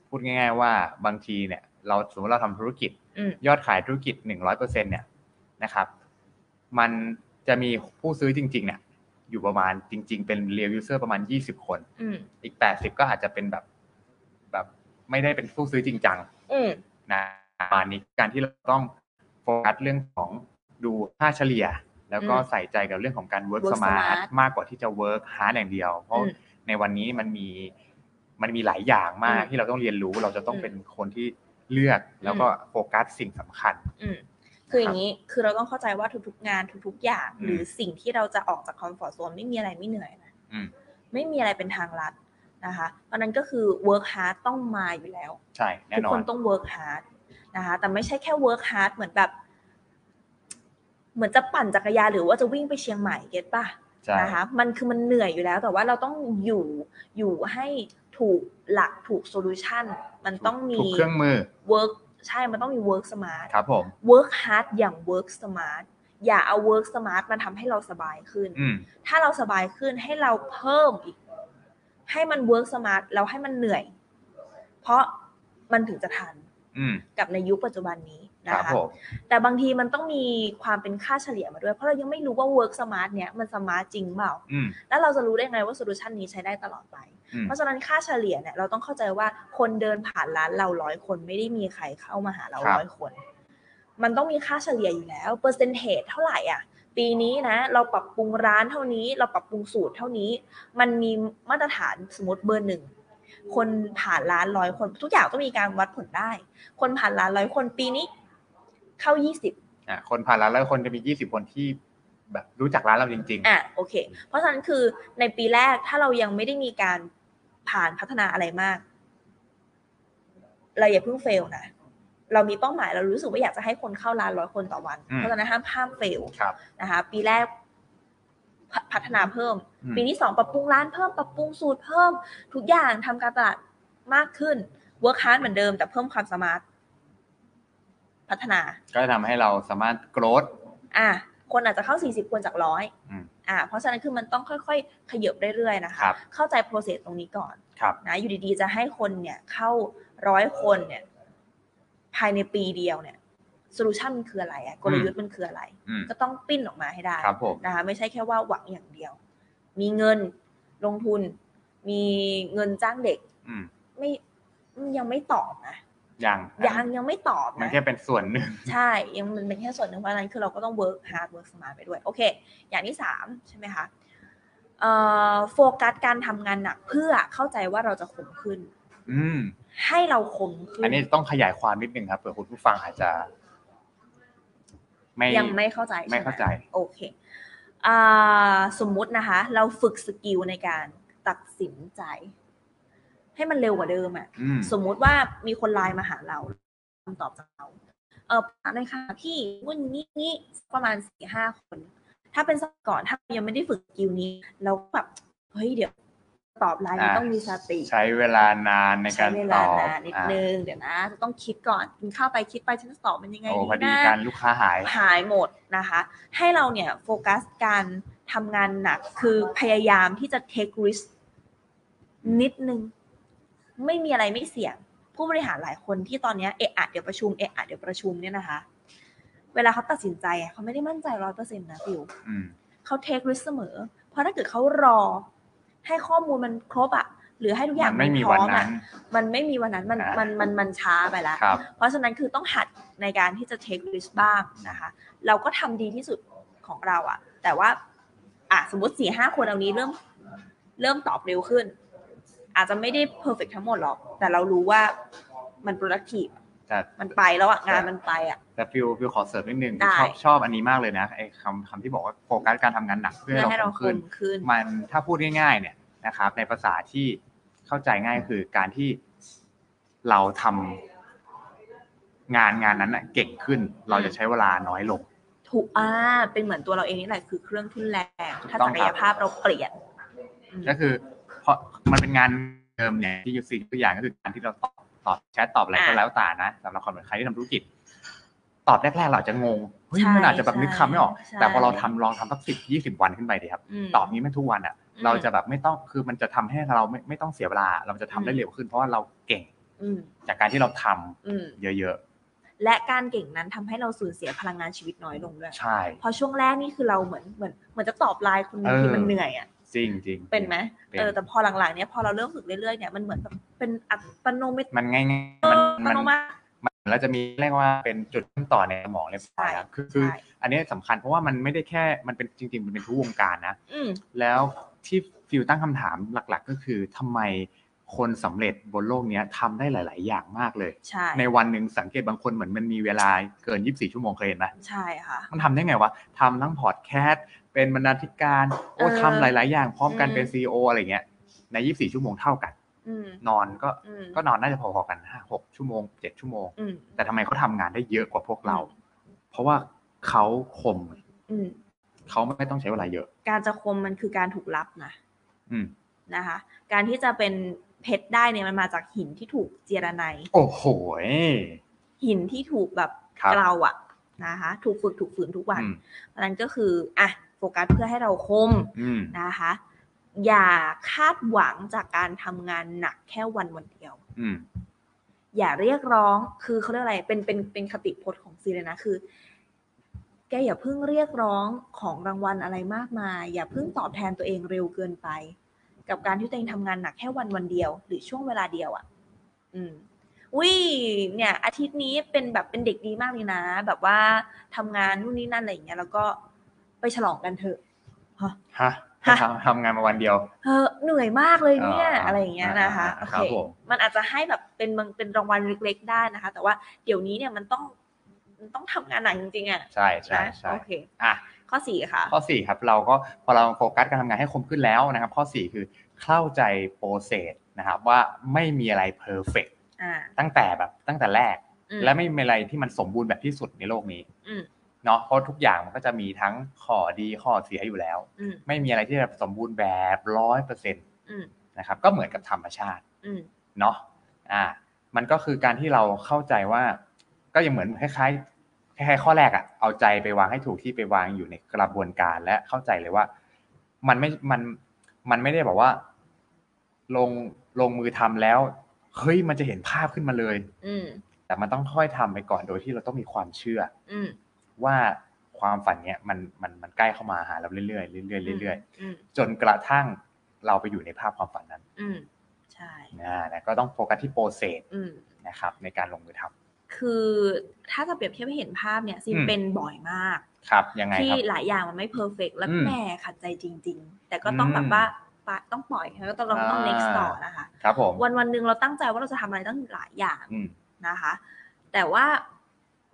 A: พูดง่าย ๆ ว่าบางทีเนี่ย เราสมมติเราทำธุรกิจ
B: อืม
A: ยอดขายธุรกิจ 100%เนี่ยนะครับ มันจะมีผู้ซื้อจริง ๆ เนี่ย อยู่ประมาณจริง ๆ เป็น real user ประมาณ 20 คน
B: อืม
A: อีก 80 ก็อาจจะเป็นแบบแบบไม่ได้เป็นผู้ซื้อจริงจัง
B: อืม
A: นะประมาณนี้การที่เราต้องโฟกัสเรื่องของดูค่าเฉลี่ย แล้วก็ใส่ใจกับเรื่องของการ work smart มากกว่าที่จะ work hard อย่างเดียว เพราะ
B: อืม
A: ในวันนี้มันมีมันมีหลายอย่างมาก
B: อืม
A: ที่เราต้องเรียนรู้เราจะต้อง
B: อืม
A: เป็นคนที่เลือกแล้วก็โฟกัสสิ่งสำคัญ
B: อืมคืออย่างนี้คือเราต้องเข้าใจว่าทุกๆงานทุกๆอย่าง
A: อืม
B: หรือสิ่งที่เราจะออกจากคอมฟอร์ z โซนไม่มีอะไรไม่เหนื่อยนะ
A: อืม
B: ไม่มีอะไรเป็นทางลัดนะคะเพราะนั้นก็คือ work hard ต้องมาอยู่แล้ว
A: ใช่แน่
B: ทุก
A: นอ
B: คน นต้อง work hard นะคะแต่ไม่ใช่แค่ work hard เหมือนแบบ เหมือนจะปั่นจักรยานหรือว่าจะวิ่งไปเชียงใหม่เก็ตป่ะ
A: ใช่
B: นะคะมันคือมันเหนื่อยอยู่แล้ว แต่ว่าเราต้องอยู่อยู่ให้ถูกหลักถูกโซลูชันมันต้องมี
A: ถูกเครื่องมือ
B: work ใช่มันต้องมี work smart
A: ครับผม
B: work hard อย่าง work smart อย่าเอา work smart มาทำให้เราสบายขึ้น
A: อืม
B: ถ้าเราสบายขึ้นให้เราเพิ่มอีก ให้มัน work smart แล้วให้มันเหนื่อย เพราะมันถึงจะทัน
A: อืม
B: กับในยุคปัจจุบันนี้
A: ค
B: นะ
A: รับ
B: คะ
A: ผม
B: แต่บางทีมันต้องมีความเป็นค่าเฉลี่ยมาด้วย เพราะเรายังไม่รู้ว่า work smart เนี่ยมัน smart จริงเปล่า
A: อืม
B: แล้วเราจะรู้ได้ไงว่าโซลูชันนี้ใช้ได้ตลอดไป
A: อืม
B: เพราะฉะนั้นค่าเฉลี่ยเนี่ยเราต้องเข้าใจว่าคนเดินผ่านร้านเราร้อยคนไม่ได้มีใครเข้ามาหาเราร้อยคน มันต้องมีค่าเฉลี่ยอยู่แล้วเปอร์เซนเทจเท่าไหร่อ่ะ ปีนี้นะ เราปรับปรุงร้านเท่านี้ เราปรับปรุงสูตรเท่านี้ มันมีมาตรฐานสมมติเบอร์หนึ่งคนผ่านร้านร้อยคน ทุกอย่างต้องมีการวัดผลได้ คนผ่านร้านร้อยคนปีนี้ เข้ายี่สิบ
A: อ่ะคนผ่านร้านแล้วคนจะมี 20 คนที่แบบรู้จักร้านเราจริง
B: อ่ะโอเค เพราะฉะนั้นคือในปีแรกถ้าเรายังไม่ได้มีการผ่านพัฒนาอะไรมาก เราอย่าเพิ่งเฟลนะ เรามีเป้าหมายเรารู้สึกว่าอยากจะให้คนเข้าร้านร้อยคนต่อวัน
A: อืม
B: เพราะฉะนั้นห้ามห้ามเฟล
A: ๆ ครับ
B: นะคะ ปีแรกพพัฒนาเพิ่ม
A: อืม
B: ปีที่สองปรับปรุงร้านเพิ่มปรับปรุงสูตรเพิ่ม ทุกอย่างทำการตลาดมากขึ้นเวิร์คฮาร์ดเหมือนเดิม แต่เพิ่มความสมาร์ทพัฒนา
A: ก็จะทำให้เราสามารถ growth
B: อ่ะคนอาจจะเข้า 40 คนจากร้อย
A: อืม
B: อ่ะเพราะฉะนั้นคือมันต้องค่อยๆ ขยบเรื่อยๆ นะคะ
A: ครับ
B: เข้าใจโปรเซสตรงนี้ก่อน
A: ครับ
B: นะอยู่ดีๆ จะให้คนเนี่ยเข้าร้อยคนเนี่ยภายในปีเดียวเนี่ยโซลูชันมันคืออะไรอะกลยุทธ์มันคืออะไร
A: อืม
B: ก็ต้องปิ้นออกมาให้ได้
A: ครับผม
B: นะคะไม่ใช่แค่ว่าหวังอย่างเดียว มีเงินลงทุน มีเงินจ้างเด็ก
A: อืม
B: ไม่ยังไม่ตอบนะ
A: ยัง
B: ยังยังไม่ตอบ
A: มัน
B: นะ
A: แค่เป็นส่วนหนึ่ง
B: ใช่ ยังมันเป็นแค่ส่วนหนึ่งเพราะฉะนั้นคือเราก็ต้อง work hard work smart ไปด้วย โอเค อย่างที่สามใช่ไหมคะเอ่อโฟกัสการทำงานหนักเพื่อเข้าใจว่าเราจะขมขึ้น
A: อืม
B: ให้เราขมขึ้น
A: อันนี้ต้องขยายความนิดนึงครับเผื่อคุณผู้ฟังอาจจะ ไม่
B: ยังไม่เข้าใจช่ห
A: ไม่เข้าใจ
B: โอเคอ่าสมมุตินะคะ เราฝึกสกิลในการตัดสินใจ ให้มันเร็วกว่าเดิมอะ
A: อืม
B: สมมุติว่ามีคนไลน์มาหาเราคำตอบจากเรา เออผ่านเลยค่ะพี่วุ่นนี้นี้ประมาณสี่ห้าคน ถ้าเป็นสมัยก่อนถ้ายังไม่ได้ฝึกสกิลนี้ เราก็แบบเฮ้ยเดี๋ยว ตอบไลน์มัน
A: อ่า
B: ต้องมีสติ
A: ใช้เวลานานในการ
B: ใช้เว
A: ต
B: ลา
A: อบ
B: นานนิดนึง เดี๋ยวนะจะต้องคิดก่อนกินข้าวไปคิดไปฉันจะตอบมันยังไง
A: อ่ะโอ้
B: ดี
A: พอดี
B: นะ
A: การลูกค้าหาย
B: หายหมดนะคะ ให้เราเนี่ยโฟกัสการทำงานหนักคือพยายามที่จะ take risk นิดนึง ไม่มีอะไรไม่เสี่ยง ผู้บริหารหลายคนที่ตอนเนี้ยเอะอะเดี๋ยวประชุมเอะอะเดี๋ยวประชุมเนี่ยนะคะ เวลาเขาตัดสินใจอะเขาไม่ได้มั่นใจร้อยเปอร์เซ็นต์นะฟิว
A: อืม
B: เขา take risk เสมอ เพราะถ้าเกิดเขารอ ให้ข้อมูลมันครบอ่ะ หรือให้ทุกอ
A: มั
B: ย่าง
A: นไม่มีวัน
B: พร้อ
A: นั้
B: อะ
A: น
B: มันไม่มีวันนั้นมัน
A: อ่ามั
B: มันมันมันช้าไปแล้ว
A: ครับ
B: เพราะฉะนั้นคือต้องหัดในการที่จะ take risk บ้างนะคะ เราก็ทำดีที่สุดของเราอะแต่ว่าอ่ะสมมติสี่ห้าคนเอานี้เริ่มเริ่มตอบเร็วขึ้น อาจจะไม่ได้ perfect ทั้งหมดหรอก แต่เรารู้ว่ามัน productive
A: แต่
B: มันไปแล้วอะงาน
A: แต่
B: มันไปอะ
A: แต่ฟิลฟิลขอเสริมนิดนึง
B: ได้
A: ชอบชอบอันนี้มากเลยนะไอ้คำคำที่บอกว่าโฟกัสการทำงานหนักเพื่อ
B: เพื่อให้
A: ให้
B: เรา
A: เรา
B: ค
A: ขึ้น
B: มขึ้น
A: มันถ้าพูดง่ายๆเนี่ยนะครับ ในภาษาที่เข้าใจง่ายคือการที่เราทำงานงานนั้นน่ะเก่งขึ้น เราจะใช้เวลาน้อยลง
B: ถูกอ่าเป็นเหมือนตัวเราเองนี่แหละคือเครื่องทุนแรง ถ้า
A: ต้
B: ศั
A: อง
B: ก
A: ครั
B: ย
A: บ
B: ภาพเราเปลี่ยนอืม
A: ก็คือ เพราะมันเป็นงานเดิมเนี่ยที่ยูซีตัวอย่างก็คือการที่เราตอบตอบแชทตอบอะไรก็แล้วแต่นะสำหรับคนใครที่ทำธุรกิจ ตอบแรกๆเราอาจจะงงเฮ้ยมันอาจจะแบบนึกคำไม่ออก
B: ใช่
A: แต่พอเราทำลองทำสักสิบยี่สิบวันขึ้นไปดีครับ
B: ม
A: ตอบนี้ไม่ทุกวันอ่ะ
B: อืม
A: เราจะแบบไม่ต้องคือมันจะทำให้เราไม่ไม่ต้องเสียเวลา เราจะทำได้เร็วขึ้นเพราะว่าเราเก่ง
B: อืม
A: จากการที่เราทำ
B: อืม
A: เยอะ
B: และการเก่งนั้นทำให้เราสูญเสียพลังงานชีวิตน้อยลงด้วย
A: ๆ ใช่
B: เพอช่วงแรกนี่คือเราเหมือนเหมือนเหมือนจะตอบไลน์คนที่มันเหนื่อยอ่ะ
A: จริงจริง
B: เป็นไหม
A: เป็น
B: เออแต่พอหลังๆเนี้ยพอเราเริ่มฝึกเรื่อยๆเนี่ยมันเหมือนแบบเป็นอัตโนมัติ
A: มันง่าย
B: เอ
A: ๆมั
B: ออัต
A: นมัน
B: โนมัติ
A: มันแล้วจะมีเรียกว่าเป็นจุดเริ่มต่อในสมองเรียบร้อยครับคือคือ
B: ใช่
A: อันนี้สำคัญเพราะว่ามันไม่ได้แค่มันเป็นจริง ๆ มันเป็นทุกวงการนะ
B: อืม
A: แล้วที่ฟิวตั้งคำถามหลัก ๆ ก็คือทำไมคนสำเร็จบนโลกเนี้ยทำได้หลาย ๆ อย่างมากเลย
B: ใช่
A: ในวันหนึ่งสังเกตบางคนเหมือนมันมีเวลาเกิน 24 ชั่วโมงเคยเห็นไหม
B: ใช่ค่ะ
A: มันทำได้ไงวะทำทั้งพอดแคสต์เป็นบรรณาธิการโอ้
B: เออ
A: ทำหลาย ๆ อย่างพร้อมกัน
B: อืม
A: เป็นซีออะไรเงี้ยใน 24 ชั่วโมงเท่ากัน
B: อืม
A: นอนก็
B: อืม
A: ก็นอนน่าจะพอ ๆ กันห้าหกชั่วโมงเจ็ดชั่วโมง
B: อืม
A: แต่ทำไมเขาทำงานได้เยอะกว่าพวกเรา
B: อืม
A: เพราะว่าเขาคม
B: อืม
A: เขาไม่ต้องใช้เวลาเยอะ
B: การจะคมมันคือการถูกลับนะ
A: อืม
B: นะคะ การที่จะเป็นเพชรได้เนี่ยมันมาจากหินที่ถูกเจยระไน
A: โอ้โหย
B: หินที่ถูกแบบ
A: ครับ
B: เกลาอ่ะนะคะ ถูกฝึกถูกฝืนทุกวัน
A: อืม
B: อันนั้นก็คืออ่ะโฟกัสเพื่อให้เราคม
A: อืม
B: นะคะ อย่าคาดหวังจากการทำงานหนักแค่วันวันเดียว
A: อืม
B: อย่าเรียกร้องคือเขาเรียกอะไรเป็นเป็นเป็นคติพจน์ของซีเลยนะคือ แกอย่าเพิ่งเรียกร้องของรางวัลอะไรมากมาย อย่าเพิ่งตอบแทนตัวเองเร็วเกินไป กับการที่ตัวเองทำงานหนักแค่วันวันเดียว หรือช่วงเวลาเดียวอะ่ะ อืมวิเนี่ย อาทิตย์นี้เป็นแบบเป็นเด็กดีมากเลยนะ แบบว่าทำงานนู่นนี่นั่นอะไรอย่างเงี้ยแล้วก็ไปฉลองกันเถอะ
A: ฮะ
B: ฮะ
A: ทำทำงานมาวันเดียว
B: เออเหนื่อยมากเลยเนี่ย
A: อ่า
B: อะไรอย่างเงี้ยนะคะโอ
A: อ่า
B: เค
A: ครับผม
B: มันอาจจะให้แบบเป็นบางเป็นรางวัลเล็ก ๆ ได้นะคะ แต่ว่าเดี๋ยวนี้เนี่ยมันต้องมันต้องทำงานหนักจริงๆอ่ะ
A: ใช่ใช่
B: นะ
A: ใช่
B: โอเค
A: อ่ะ
B: ข้อสี่ค่ะ
A: ข้อ4ครับเราก็พอเราโฟกัสการทำงานให้คมขึ้นแล้วนะครับ ข้อ 4 คือเข้าใจโปรเซสนะครับว่าไม่มีอะไรเพอร์เฟก
B: อ่า
A: ตั้งแต่แบบตั้งแต่แรก
B: อื
A: และไม่มีอะไรที่มันสมบูรณ์แบบที่สุดในโลกนี้
B: อืม
A: เนาะเพราะทุกอย่างมันก็จะมีทั้งข้อดีข้อเสียอยู่แล้ว
B: อืม
A: ไม่มีอะไรที่แบบสมบูรณ์แบบร้อยเปอร์เซ็นต์
B: อืม
A: นะครับก็เหมือนกับธรรมชาติ
B: อืม
A: เนาะ อ่า มันก็คือการที่เราเข้าใจว่า ก็ยังเหมือนคล้ายๆ คล้ายๆข้อแรกอะเอาใจไปวางให้ถูกที่ไปวางอยู่ในกระบวนการและเข้าใจเลยว่า มันไม่ มัน มันไม่ได้แบบว่า ลง ลงมือทำแล้ว เฮ้ย มันจะเห็นภาพขึ้นมาเลย
B: อืม
A: แต่มันต้องค่อยทำไปก่อนโดยที่เราต้องมีความเชื่อ
B: อืม
A: ว่าความฝันเนี้ยมัน มัน มันใกล้เข้ามาหาเราเรื่อยๆเรื่อยๆเรื่อย
B: อืม
A: ๆ จนกระทั่งเราไปอยู่ในภาพความฝันนั้น
B: อืมใช่
A: อ่านะก็ต้องโฟกัสที่โปรเซส
B: อืม
A: นะครับในการลงมือทำ
B: คือถ้าจะเปรียบเทียบให้เห็นภาพเนี่ยซิน
A: อืม
B: เป็นบ่อยมาก
A: ครับยังไง
B: ที่
A: ครับ
B: หลายอย่างมันไม่เพอร์เฟกแล้ว
A: อืม
B: แหม่ขัดใจจริง ๆ แต่ก็ต้อง
A: อืม
B: แบบว่าปะต้องปล่อยแล้วก็ต้องเราต้อง
A: อ่า
B: next ต่อนะคะ
A: ครับผม
B: วันวันหนึ่งเราตั้งใจว่าเราจะทำอะไรตั้งหลายอย่าง
A: อืม
B: นะคะ แต่ว่า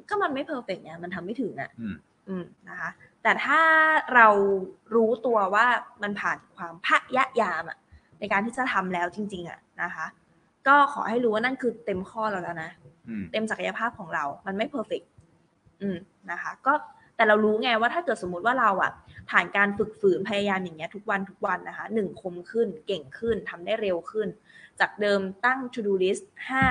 B: ก็มันไม่เพอร์เฟกต์ไงมันทำไม่ถึงอ่ะ
A: อืม
B: อืมนะคะ แต่ถ้าเรารู้ตัวว่ามันผ่านความพยายามอ่ะในการที่จะทำแล้วจริง ๆอ่ะนะคะ ก็ขอให้รู้ว่านั่นคือเต็มข้อเราแล้วนะ
A: อืม
B: เต็มศักยภาพของเรา มันไม่เพอร์เฟกอืมนะคะ ก็แต่เรารู้ไงว่าถ้าเกิดสมมติว่าเราอะผ่านการฝึกฝืนพยายามอย่างเงี้ยทุกวันทุกวันนะคะหนึ่งคมขึ้น เก่งขึ้น ทำได้เร็วขึ้น จากเดิมตั้ง to do list ห้า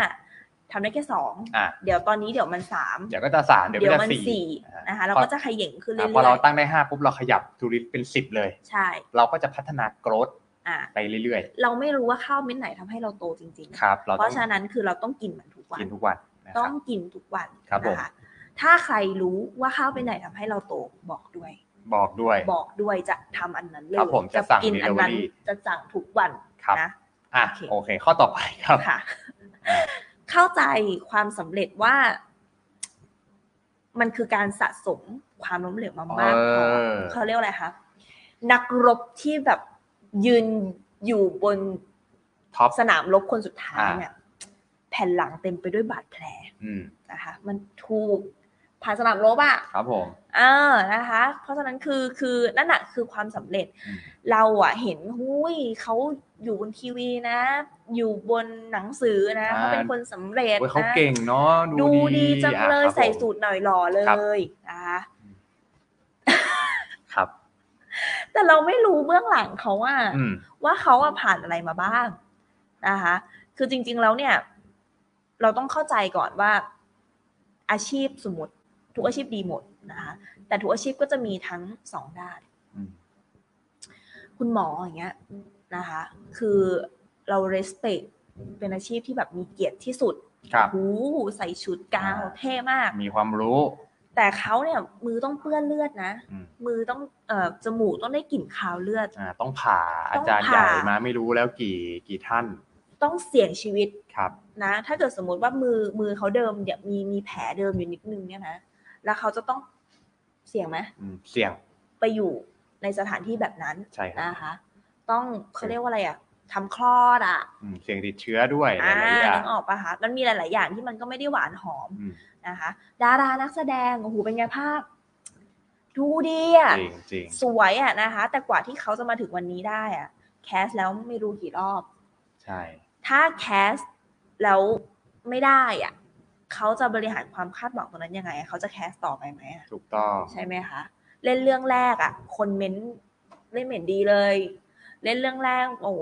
B: ทำได้แค่สอง
A: อ่ะ
B: เดี๋ยวตอนนี้เดี๋ยวมันสาม
A: เดี๋ยวก็จะสามเดี๋ยวก็
B: เดี๋ยว
A: จะ
B: มัน
A: สี่
B: สี่
A: อ่
B: นะคะ เราก็จะขย่งขึ้นเรื่
A: อ่ะ
B: อย
A: พอเราตั้งได้ห้าปุ๊บเราขยับทูริสเป็นสิบเลย
B: ๆ ใช่
A: เราก็จะพัฒนาโกรธ
B: อ่ะ
A: ไปเรื่อย
B: เราไม่รู้ว่าข้าวเม็ดไหนทำให้เราโตจริง
A: ๆ ครับ เรา
B: ๆ เพ
A: ต้อง
B: ราะฉะนั้นคือเราต้องกินมันทุกวัน
A: กินทุกวันนะค
B: ต้อ
A: รับ
B: งกินทุกวัน
A: ครับผม
B: นะคะ ถ้าใครรู้ว่าข้าวเป็นไหนทำให้เราโตบอกด้วย
A: บอกด้วย
B: บอกด้วยจะทำอันนั้นเลย
A: ครับผมจะสั่ง
B: กินอันนั้น
A: delivery
B: จะสั่งทุกวัน
A: ครับ
B: นะ
A: อ่ะ
B: โอเค
A: โอเค ข้อต่อไปครับ
B: ค่ะ เข้าใจความสำเร็จว่า มันคือการสะสมความล้มเหลวมามากพอ
A: เออ
B: เขาเรียกว่าอะไรคะนักรบที่แบบยืนอยู่บน
A: ท็อป
B: สนามรบคนสุดท้าย
A: อ่า
B: เนี่ย แผ่นหลังเต็มไปด้วยบาดแผล
A: อืม
B: นะคะ มันถูกผ่านสนามรบอะ
A: ครับผม
B: เออนะคะ เพราะฉะนั้นคือคือนั่นอะคือความสำเร็จ
A: อืม
B: เราอะเห็นหุยเขาอยู่บนทีวีนะ อยู่บนหนังสือนะเขาเป็นคนสำเร็จ
A: โอ้ยเขา
B: นะ
A: เก่งเนาะ
B: ดู
A: ดู
B: ดีจังเลย
A: อ่ะครับ
B: ใส่
A: ผม
B: สูตรหน่อยหล่อเล
A: ครับ
B: ยนะคะ
A: ครับ
B: แต่เราไม่รู้เบื้องหลังเขาว่า
A: อืม
B: ว่าเขาอะผ่านอะไรมาบ้างนะคะ คือจริง ๆแล้วเนี่ย เราต้องเข้าใจก่อนว่า อาชีพสมมติ ทุกอาชีพดีหมดนะคะแต่ทุกอาชีพก็จะมีทั้งสองด้าน
A: อืม
B: คุณหมออย่างเงี้ยนะคะ คือเรา respect เป็นอาชีพที่แบบมีเกียรติที่สุด
A: ครับ
B: โอ้โหใส่ชุดกาว
A: อ่า
B: เท่มาก
A: มีความรู้
B: แต่เขาเนี่ย มือต้องเปื้อนเลือดนะ
A: อืม
B: มือต้องเอ่อจมูกต้องได้กลิ่นคาวเลือด
A: อ่าต้องผ่า
B: ต้
A: อา
B: อง
A: จารย์ใหญ่
B: ผ่าม
A: มาไม่รู้แล้วกี่กี่ท่าน
B: ต้องเสี่ยงชีวิต
A: ครับ
B: นะ ถ้าเกิดสมมติว่ามือมือเขาเดิมเนี่ยมีมีแผลเดิมอยู่นิดนึงเนี่ยนะแล้วเขาจะต้องเสี่ยงไหม
A: อืม เสี่ยง
B: ไปอยู่ในสถานที่แบบนั้น
A: ใช่ครับ
B: นะคะ ต้องเขาเรียกว่าอะไรอะทำคลอดอะ
A: อืม เสี่ยงติดเชื้อด้วยห
B: อ่า
A: ลายๆอย่าง
B: นึกออกปะคะมันมีหลาย ๆ อย่างที่มันก็ไม่ได้หวานหอม
A: อืม
B: นะคะ ดารานักแสดงโอ้โหเป็นไงภาพ ดูดีอะ
A: จริงจริง
B: สวยอะนะคะ แต่กว่าที่เขาจะมาถึงวันนี้ได้อะแคสแล้วไม่รู้กี่รอบ
A: ใช่
B: ถ้าแคสแล้วไม่ได้อะเขาจะบริหารความคาดหวังตรงนั้นยังไงอะเขาจะแคสต่อไปไหมอะ
A: ถูกต้อง
B: ใช่ไหมคะเล่นเรื่องแรกอะคนเม้นเล่นเหม็นดีเลย เล่นเรื่องแรกโอ้โห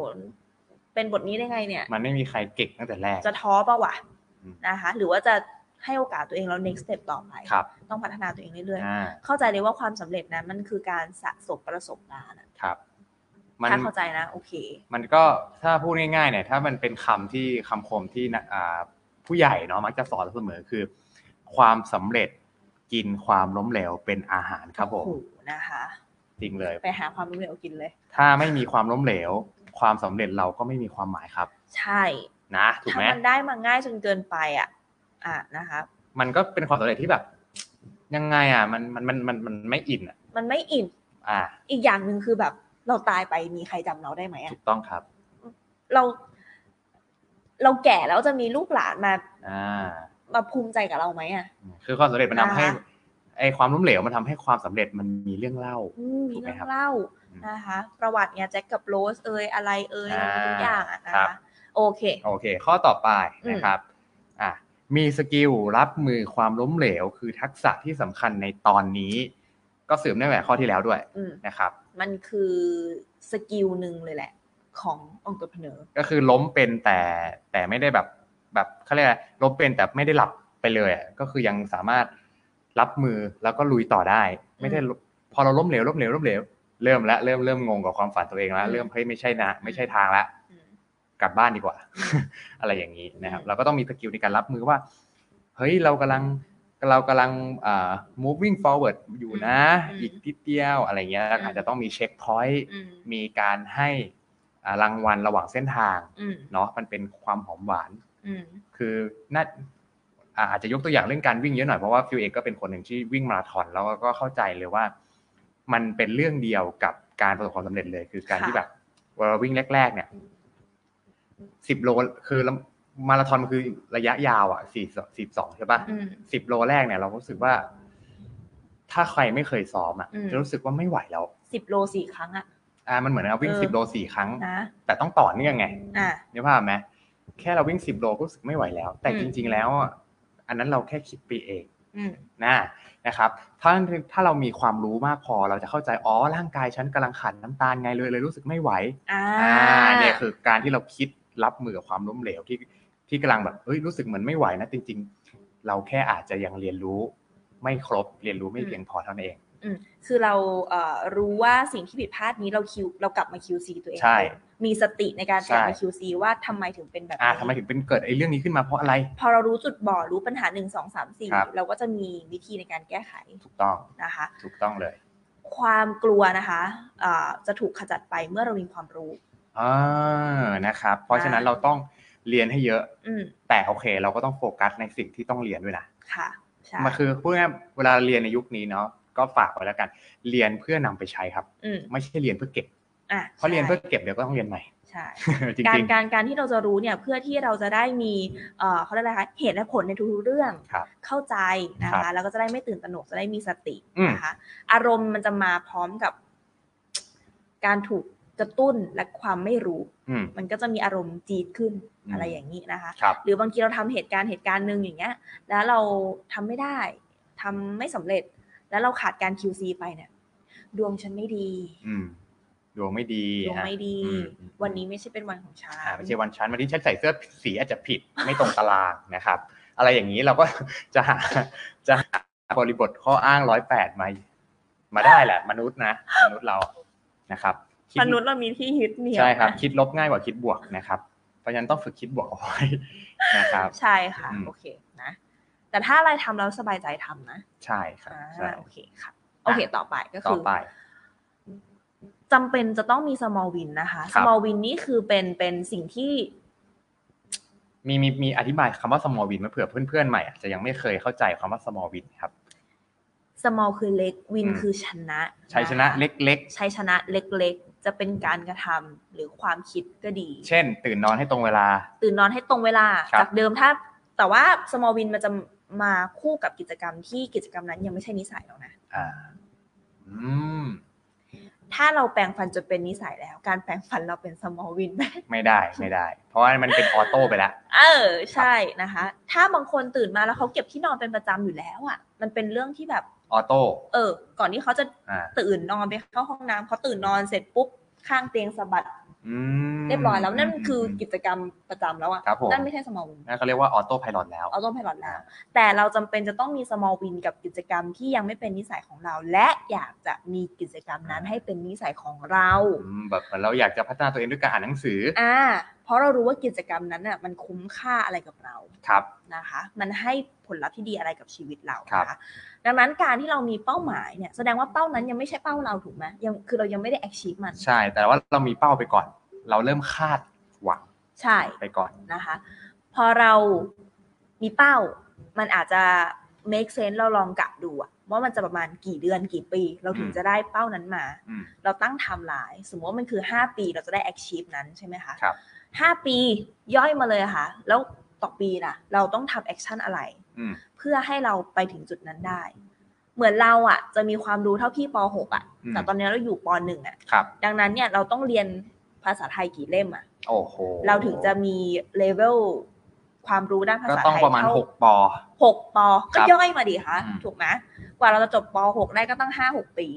B: เป็นบทนี้ได้ไงเนี่ย
A: มันไม่มีใครเก่งตั้งแต่แรก
B: จะท้อเปล่าวะ
A: อืม
B: นะคะ หรือว่าจะให้โอกาสตัวเองแล้ว next step ต่อไป
A: ครับ
B: ต้องพัฒนาตัวเองเรื่อย
A: อ่า
B: ๆเข้าใจเลยว่าความสำเร็จนะมันคือการสะสมประสบการณ์อะ
A: ครับ มัน
B: ถ้าเข้าใจนะ โอเค
A: มันก็ถ้าพูดง่ายๆเนี่ยถ้ามันเป็นคำที่คำคมที่นะอ่าผู้ใหญ่เนาะมักจะสอนเสมอคือ ความสำเร็จกินความล้มเหลวเป็นอาหารครับผม
B: โอ้โหนะคะ
A: จริงเลย
B: ไปหาความรู้เร็วกินเลย
A: ถ้าไม่มีความล้มเหลว ความสำเร็จเราก็ไม่มีความหมายครับ
B: ใช่
A: นะถูก
B: ถ้า
A: ไหม
B: มันได้มาง่ายจนเกินไปอ่ะ อ่ะนะคะ
A: มันก็เป็นความสำเร็จที่แบบ ยังไงอ่ะมันมันมันมันมันไม่อินอ่ะ
B: มันไม่อิ่ม
A: อ่า
B: อีกอย่างหนึ่งคือแบบ เราตายไปมีใครจำเราได้ไหมอ่ะ
A: ถูกต้องครับ
B: เรา เราแก่แล้วจะมีลูกหลานมา
A: อ่า
B: มาภูมิใจกับเราไหมอ่ะ
A: คือความสำเร็จมันทำให้
B: นะคะ
A: ไอความล้มเหลวมันทำให้ความสำเร็จมันมีเรื่องเล่า
B: อืมมี
A: ถูกไหม
B: เรื่อง
A: ครับ
B: เล่า
A: อืม
B: นะคะ ประวัติเนี่ยแจ็คกับโรสเอยอะไรเอย
A: อ่า
B: ทุกอย่างอะนะครับ คะ โอเค
A: โอเค ข้อต่อไปนะครับ อ่ะ มีสกิลรับมือความล้มเหลว คือทักษะที่สำคัญในตอนนี้ ก็สืบเนื่องจากข้อที่แล้วด้วย
B: อืม
A: นะครับ
B: มันคือสกิลหนึ่งเลยแหละ ขององค์กรเนอ
A: ก็คือล้มเป็นแต่แต่ไม่ได้แบบแบบเขาเรียกอะไรล้มเป็นแต่ไม่ได้หลับไปเลยอะก็คือยังสามารถรับมือแล้วก็ลุยต่อได้ ไม่ได้ล้มพอเราล้มเหลวล้มเหลวล้มเหลวเริ่มละเริ่มเริ่มงงกับความฝันตัวเองละ
B: อืม
A: เริ่มเฮ้ยไม่ใช่นะไม่ใช่ทางละ
B: อืม
A: กลับบ้านดีกว่า อะไรอย่างนี้นะครับ
B: อืม
A: เราก็ต้องมีสกิลในการรับมือว่า เฮ้ยเรากำลังเรากำลังอ่า moving forward อยู่นะ
B: อืม
A: อีกนิดเดียวอะไรเงี้ยแล้วอาจจะต้องมีเช็คพอยต์
B: อืม
A: มีการให้อ่ารางวัลระหว่างเส้นทาง
B: อืม
A: เนาะมันเป็นความหอมหวาน
B: อืม
A: คือน่าอ่าอาจจะยกตัวอย่างเรื่องการวิ่งเยอะหน่อย เพราะว่าฟิวเองก็เป็นคนหนึ่งที่วิ่งมาราธอนแล้วก็เข้าใจเลยว่า มันเป็นเรื่องเดียวกับการประสบความสำเร็จเลย คือการ
B: ค่ะ
A: ที่แบบเวลาวิ่งแรก ๆ เนี่ยสิบโลคือแล้วมาราธอนมันคือระยะยาวอ่ะสี่สิบสองใช่ปะ
B: อืม
A: สิบโลแรกเนี่ยเรารู้สึกว่า ถ้าใครไม่เคยซ้อมอ่ะ
B: อืม
A: จะรู้สึกว่าไม่ไหวแล้ว
B: สิบโลสี่ครั้งอะ
A: อ่า มันเหมือนกับวิ่ง
B: เออ
A: สิบโลสี่ครั้ง
B: นะ
A: แต่ต้องต่อเนื่องไง
B: อ่ะ
A: นึกภาพไหมแค่เราวิ่งสิบโลก็รู้สึกไม่ไหวแล้ว แต่
B: อืม
A: จริง ๆ แล้วอ่ะอันนั้นเราแค่คิดไปเอง
B: อืม
A: นะนะครับ ถ้าถ้าเรามีความรู้มากพอเราจะเข้าใจอ๋อร่างกายฉันกำลังขาดน้ำตาลไงเลยเลยรู้สึกไม่ไหว
B: อ่า
A: เนี่ยคือการที่เราคิดรับมือกับความล้มเหลวที่ที่กำลังแบบเอ้ยรู้สึกเหมือนไม่ไหวนะจริง ๆ เราแค่อาจจะยังเรียนรู้ ไม่ครบเรียนรู้ไม่เพียงพอเท่านั้นเอง
B: มคือเราเอ่อรู้ว่าสิ่งที่ผิดพลาดนี้เราคิวเรากลับมา QC ตัวเอง
A: ใช่
B: มีสติในการกลับมา
A: ใช่
B: QC ว่าทำไมถึงเป็นแบบ
A: อ่า
B: นี้
A: ทำไมถึงเป็นเกิดไอ้เรื่องนี้ขึ้นมาเพราะอะไร
B: พอเรารู้จุดบ่อรู้ปัญหาหนึ่งสองสามสี่
A: ครับ
B: เราก็จะมีวิธีในการแก้ไข
A: ถูกต้อง
B: นะคะ
A: ถูกต้องเลย
B: ความกลัวนะคะเอ่อจะถูกขจัดไปเมื่อเรามีความรู้
A: อ่านะครับ เพราะฉะนั้นเราต้องเรียนให้เยอะ
B: อืม
A: แต่โอเค เราก็ต้องโฟกัสในสิ่งที่ต้องเรียนด้วยนะ
B: ค่ะใช่
A: มันคือพูดง่ายๆเวลาเรียนในยุคนี้เนาะก็ฝากไว้แล้วกัน เรียนเพื่อนำไปใช้ครับ
B: อืม
A: ไม่ใช่เรียนเพื่อเก็บ
B: อ่ะ
A: เพราะเรียนเพื่อ
B: ใช่
A: เก็บเดี๋ยวก็ต้องเรียนใหม่
B: ใช่
A: จริ
B: การ
A: ง
B: การการที่เราจะรู้เนี่ยเพื่อที่เราจะได้มีเอ่อเขาเรียกอะไรคะเหตุและผลในทุกๆเรื่อง
A: ครับ
B: เข้าใจนะ
A: ครั
B: คะ
A: บ
B: แล้วก็จะได้ไม่ตื่นตระหนกจะได้มีสติ
A: อืม
B: นะคะอารมณ์มันจะมาพร้อมกับ การถูกกระตุ้นและความไม่รู้
A: ๆอืม
B: มันก็จะมีอารมณ์จี๊ดขึ้น
A: อืม
B: อะไรอย่างนี้นะคะ
A: ครับ
B: หรือบางทีเราทำเหตุการณ์เหตุการณ์หนึ่งอย่างเงี้ย แล้วเราทำไม่ได้ทำไม่สำเร็จ แล้วเราขาดการ QC ไปเนี่ย ดวงฉันไม่ดี
A: อืมดวงไม่ดี
B: ดวงไม่ดี
A: อ่ะอืมอืม
B: วันนี้ไม่ใช่เป็นวันของฉัน
A: อ่ะไม่ใช่วันชั้นวันที่ฉันใส่เสื้อสีอาจจะผิดไม่ตรงตารางนะครับ อะไรอย่างนี้เราก็ จะหาจะหาบริบทข้ออ้างร้อยแปดมามาได้แหละ มนุษย์นะมนุษย์เรานะครับคิด
B: มนุษย์เรามีที่ยึดเหนี่ยว
A: ใช่ครับ
B: นะ
A: คิดลบง่ายกว่าคิดบวกนะครับ เพราะฉะนั้นต้องฝึกคิดบวกเอาไว้นะครับ
B: ใช่ค่ะ
A: อืม
B: โอเคนะ แต่ถ้าอะไรทำแล้วสบายใจทำนะ
A: ใช่ครับ
B: อ่า
A: ใช่
B: โอเคค่ะ โอเคต่อไปก็
A: ต่อ
B: คือ
A: ไป
B: จำเป็นจะต้องมี small win นะคะ
A: ครับ
B: small win นี่คือเป็นเป็นสิ่งที่
A: มีมีมีอธิบายคำว่า small win มาเผื่อเพื่อนๆใหม่อาจจะยังไม่เคยเข้าใจคำว่า small win ครับ
B: small คือเล็ก win
A: อืม
B: คือชนะ
A: ชัยชนะ
B: ค
A: เล็ก
B: ชัยชนะเล็กๆ จะเป็นการกระทำหรือความคิดก็ดี
A: ๆ เช่น ตื่นนอนให้ตรงเวลา
B: ตื่นนอนให้ตรงเวลา
A: ครับ
B: จากเดิมถ้า แต่ว่า small win มันจะมาคู่กับกิจกรรมที่กิจกรรมนั้นยังไม่ใช่นิสัยแล้วนะ
A: อ่า อืม
B: ถ้าเราแปลงฟันจนเป็นนิสัยแล้ว การแปลงฟันเราเป็น small win ไหม
A: ไม่ได้ไม่ได้ เพราะว่ามันเป็นออโต้ไปแล้ว
B: เออ ใช่นะคะ ถ้าบางคนตื่นมาแล้วเขาเก็บที่นอนเป็นประจำอยู่แล้วอะ่ะ มันเป็นเรื่องที่แบบ
A: ออโต้
B: เออ ก่อนที่เขาจะ
A: อ่า
B: ตื่นนอนไปเข้าห้องน้ำเขาตื่นนอนเสร็จปุ๊บข้างเตียงสะบัด
A: อืม
B: เรียบร้อยแล้วนั่นคือ
A: ม
B: กิจกรรมประจำแล้ว
A: ครั
B: อะ่ะ
A: บผม
B: นั่นไม่ใช่ small win
A: นั่นเขาเรียกว่าออโต้พายโแล้ว
B: เอาต้นไพลอตแล้ว แต่เราจำเป็นจะต้องมี small win กับกิจกรรมที่ยังไม่เป็นนิสัยของเรา และอยากจะมีกิจกรรมนั้น
A: อ่า
B: ให้เป็นนิสัยของเรา
A: อืมแบบเหมือนเราอยากจะพัฒนาตัวเองด้วยการอ่านหนังสือ
B: อ่า เพราะเรารู้ว่ากิจกรรมนั้นน่ะมันคุ้มค่าอะไรกับเรา
A: ครับ
B: นะคะ มันให้ผลลัพธ์ที่ดีอะไรกับชีวิตเรา
A: ครับ
B: นะคะดังนั้นการที่เรามีเป้าหมายเนี่ยแสดงว่าเป้านั้นยังไม่ใช่เป้าเราถูกไหมยังคือเรายังไม่ได้ achieve มัน
A: ใช่ แต่ว่าเรามีเป้าไปก่อน เราเริ่มคาดหวัง
B: ใช่
A: ไปก่อน
B: นะคะ พอเรามีเป้า มันอาจจะ make sense เราลองกะดูอะว่ามันจะประมาณกี่เดือนกี่ปี เราถึง
A: อืม
B: จะได้เป้านั้นมา
A: อืม
B: เราตั้งไทม์ไลน์สมมติว่ามันคือ 5 ปีเราจะได้ achieve นั้นใช่ไหมคะ
A: ครับ
B: ห้าปีย่อยมาเลยค่ะ แล้วต่อปีน่ะ เราต้องทำ action อะไร
A: อืม
B: เพื่อให้เราไปถึงจุดนั้นได้ เหมือนเราอ่ะ จะมีความรู้เท่าพี่ป .6 อ่ะ
A: อืม
B: แต่ตอนนี้เราอยู่ป .1 อ่ะ
A: ครับ
B: ดังนั้นเนี่ยเราต้องเรียนภาษาไทยกี่เล่มอ่ะ
A: โอ้โห
B: เราถึงจะมีเลเวลความรู้ด้านภา
A: ก็
B: ษา
A: ต้อง
B: ไทย
A: ประมาณ
B: เท่า
A: หกปอ
B: หกปอ
A: ครั
B: ก็
A: บ
B: ย่อยมาดิคะ
A: อืม
B: ถูกไหมกว่าเราจะจบปหกได้ก็ตั้งห้าหกปี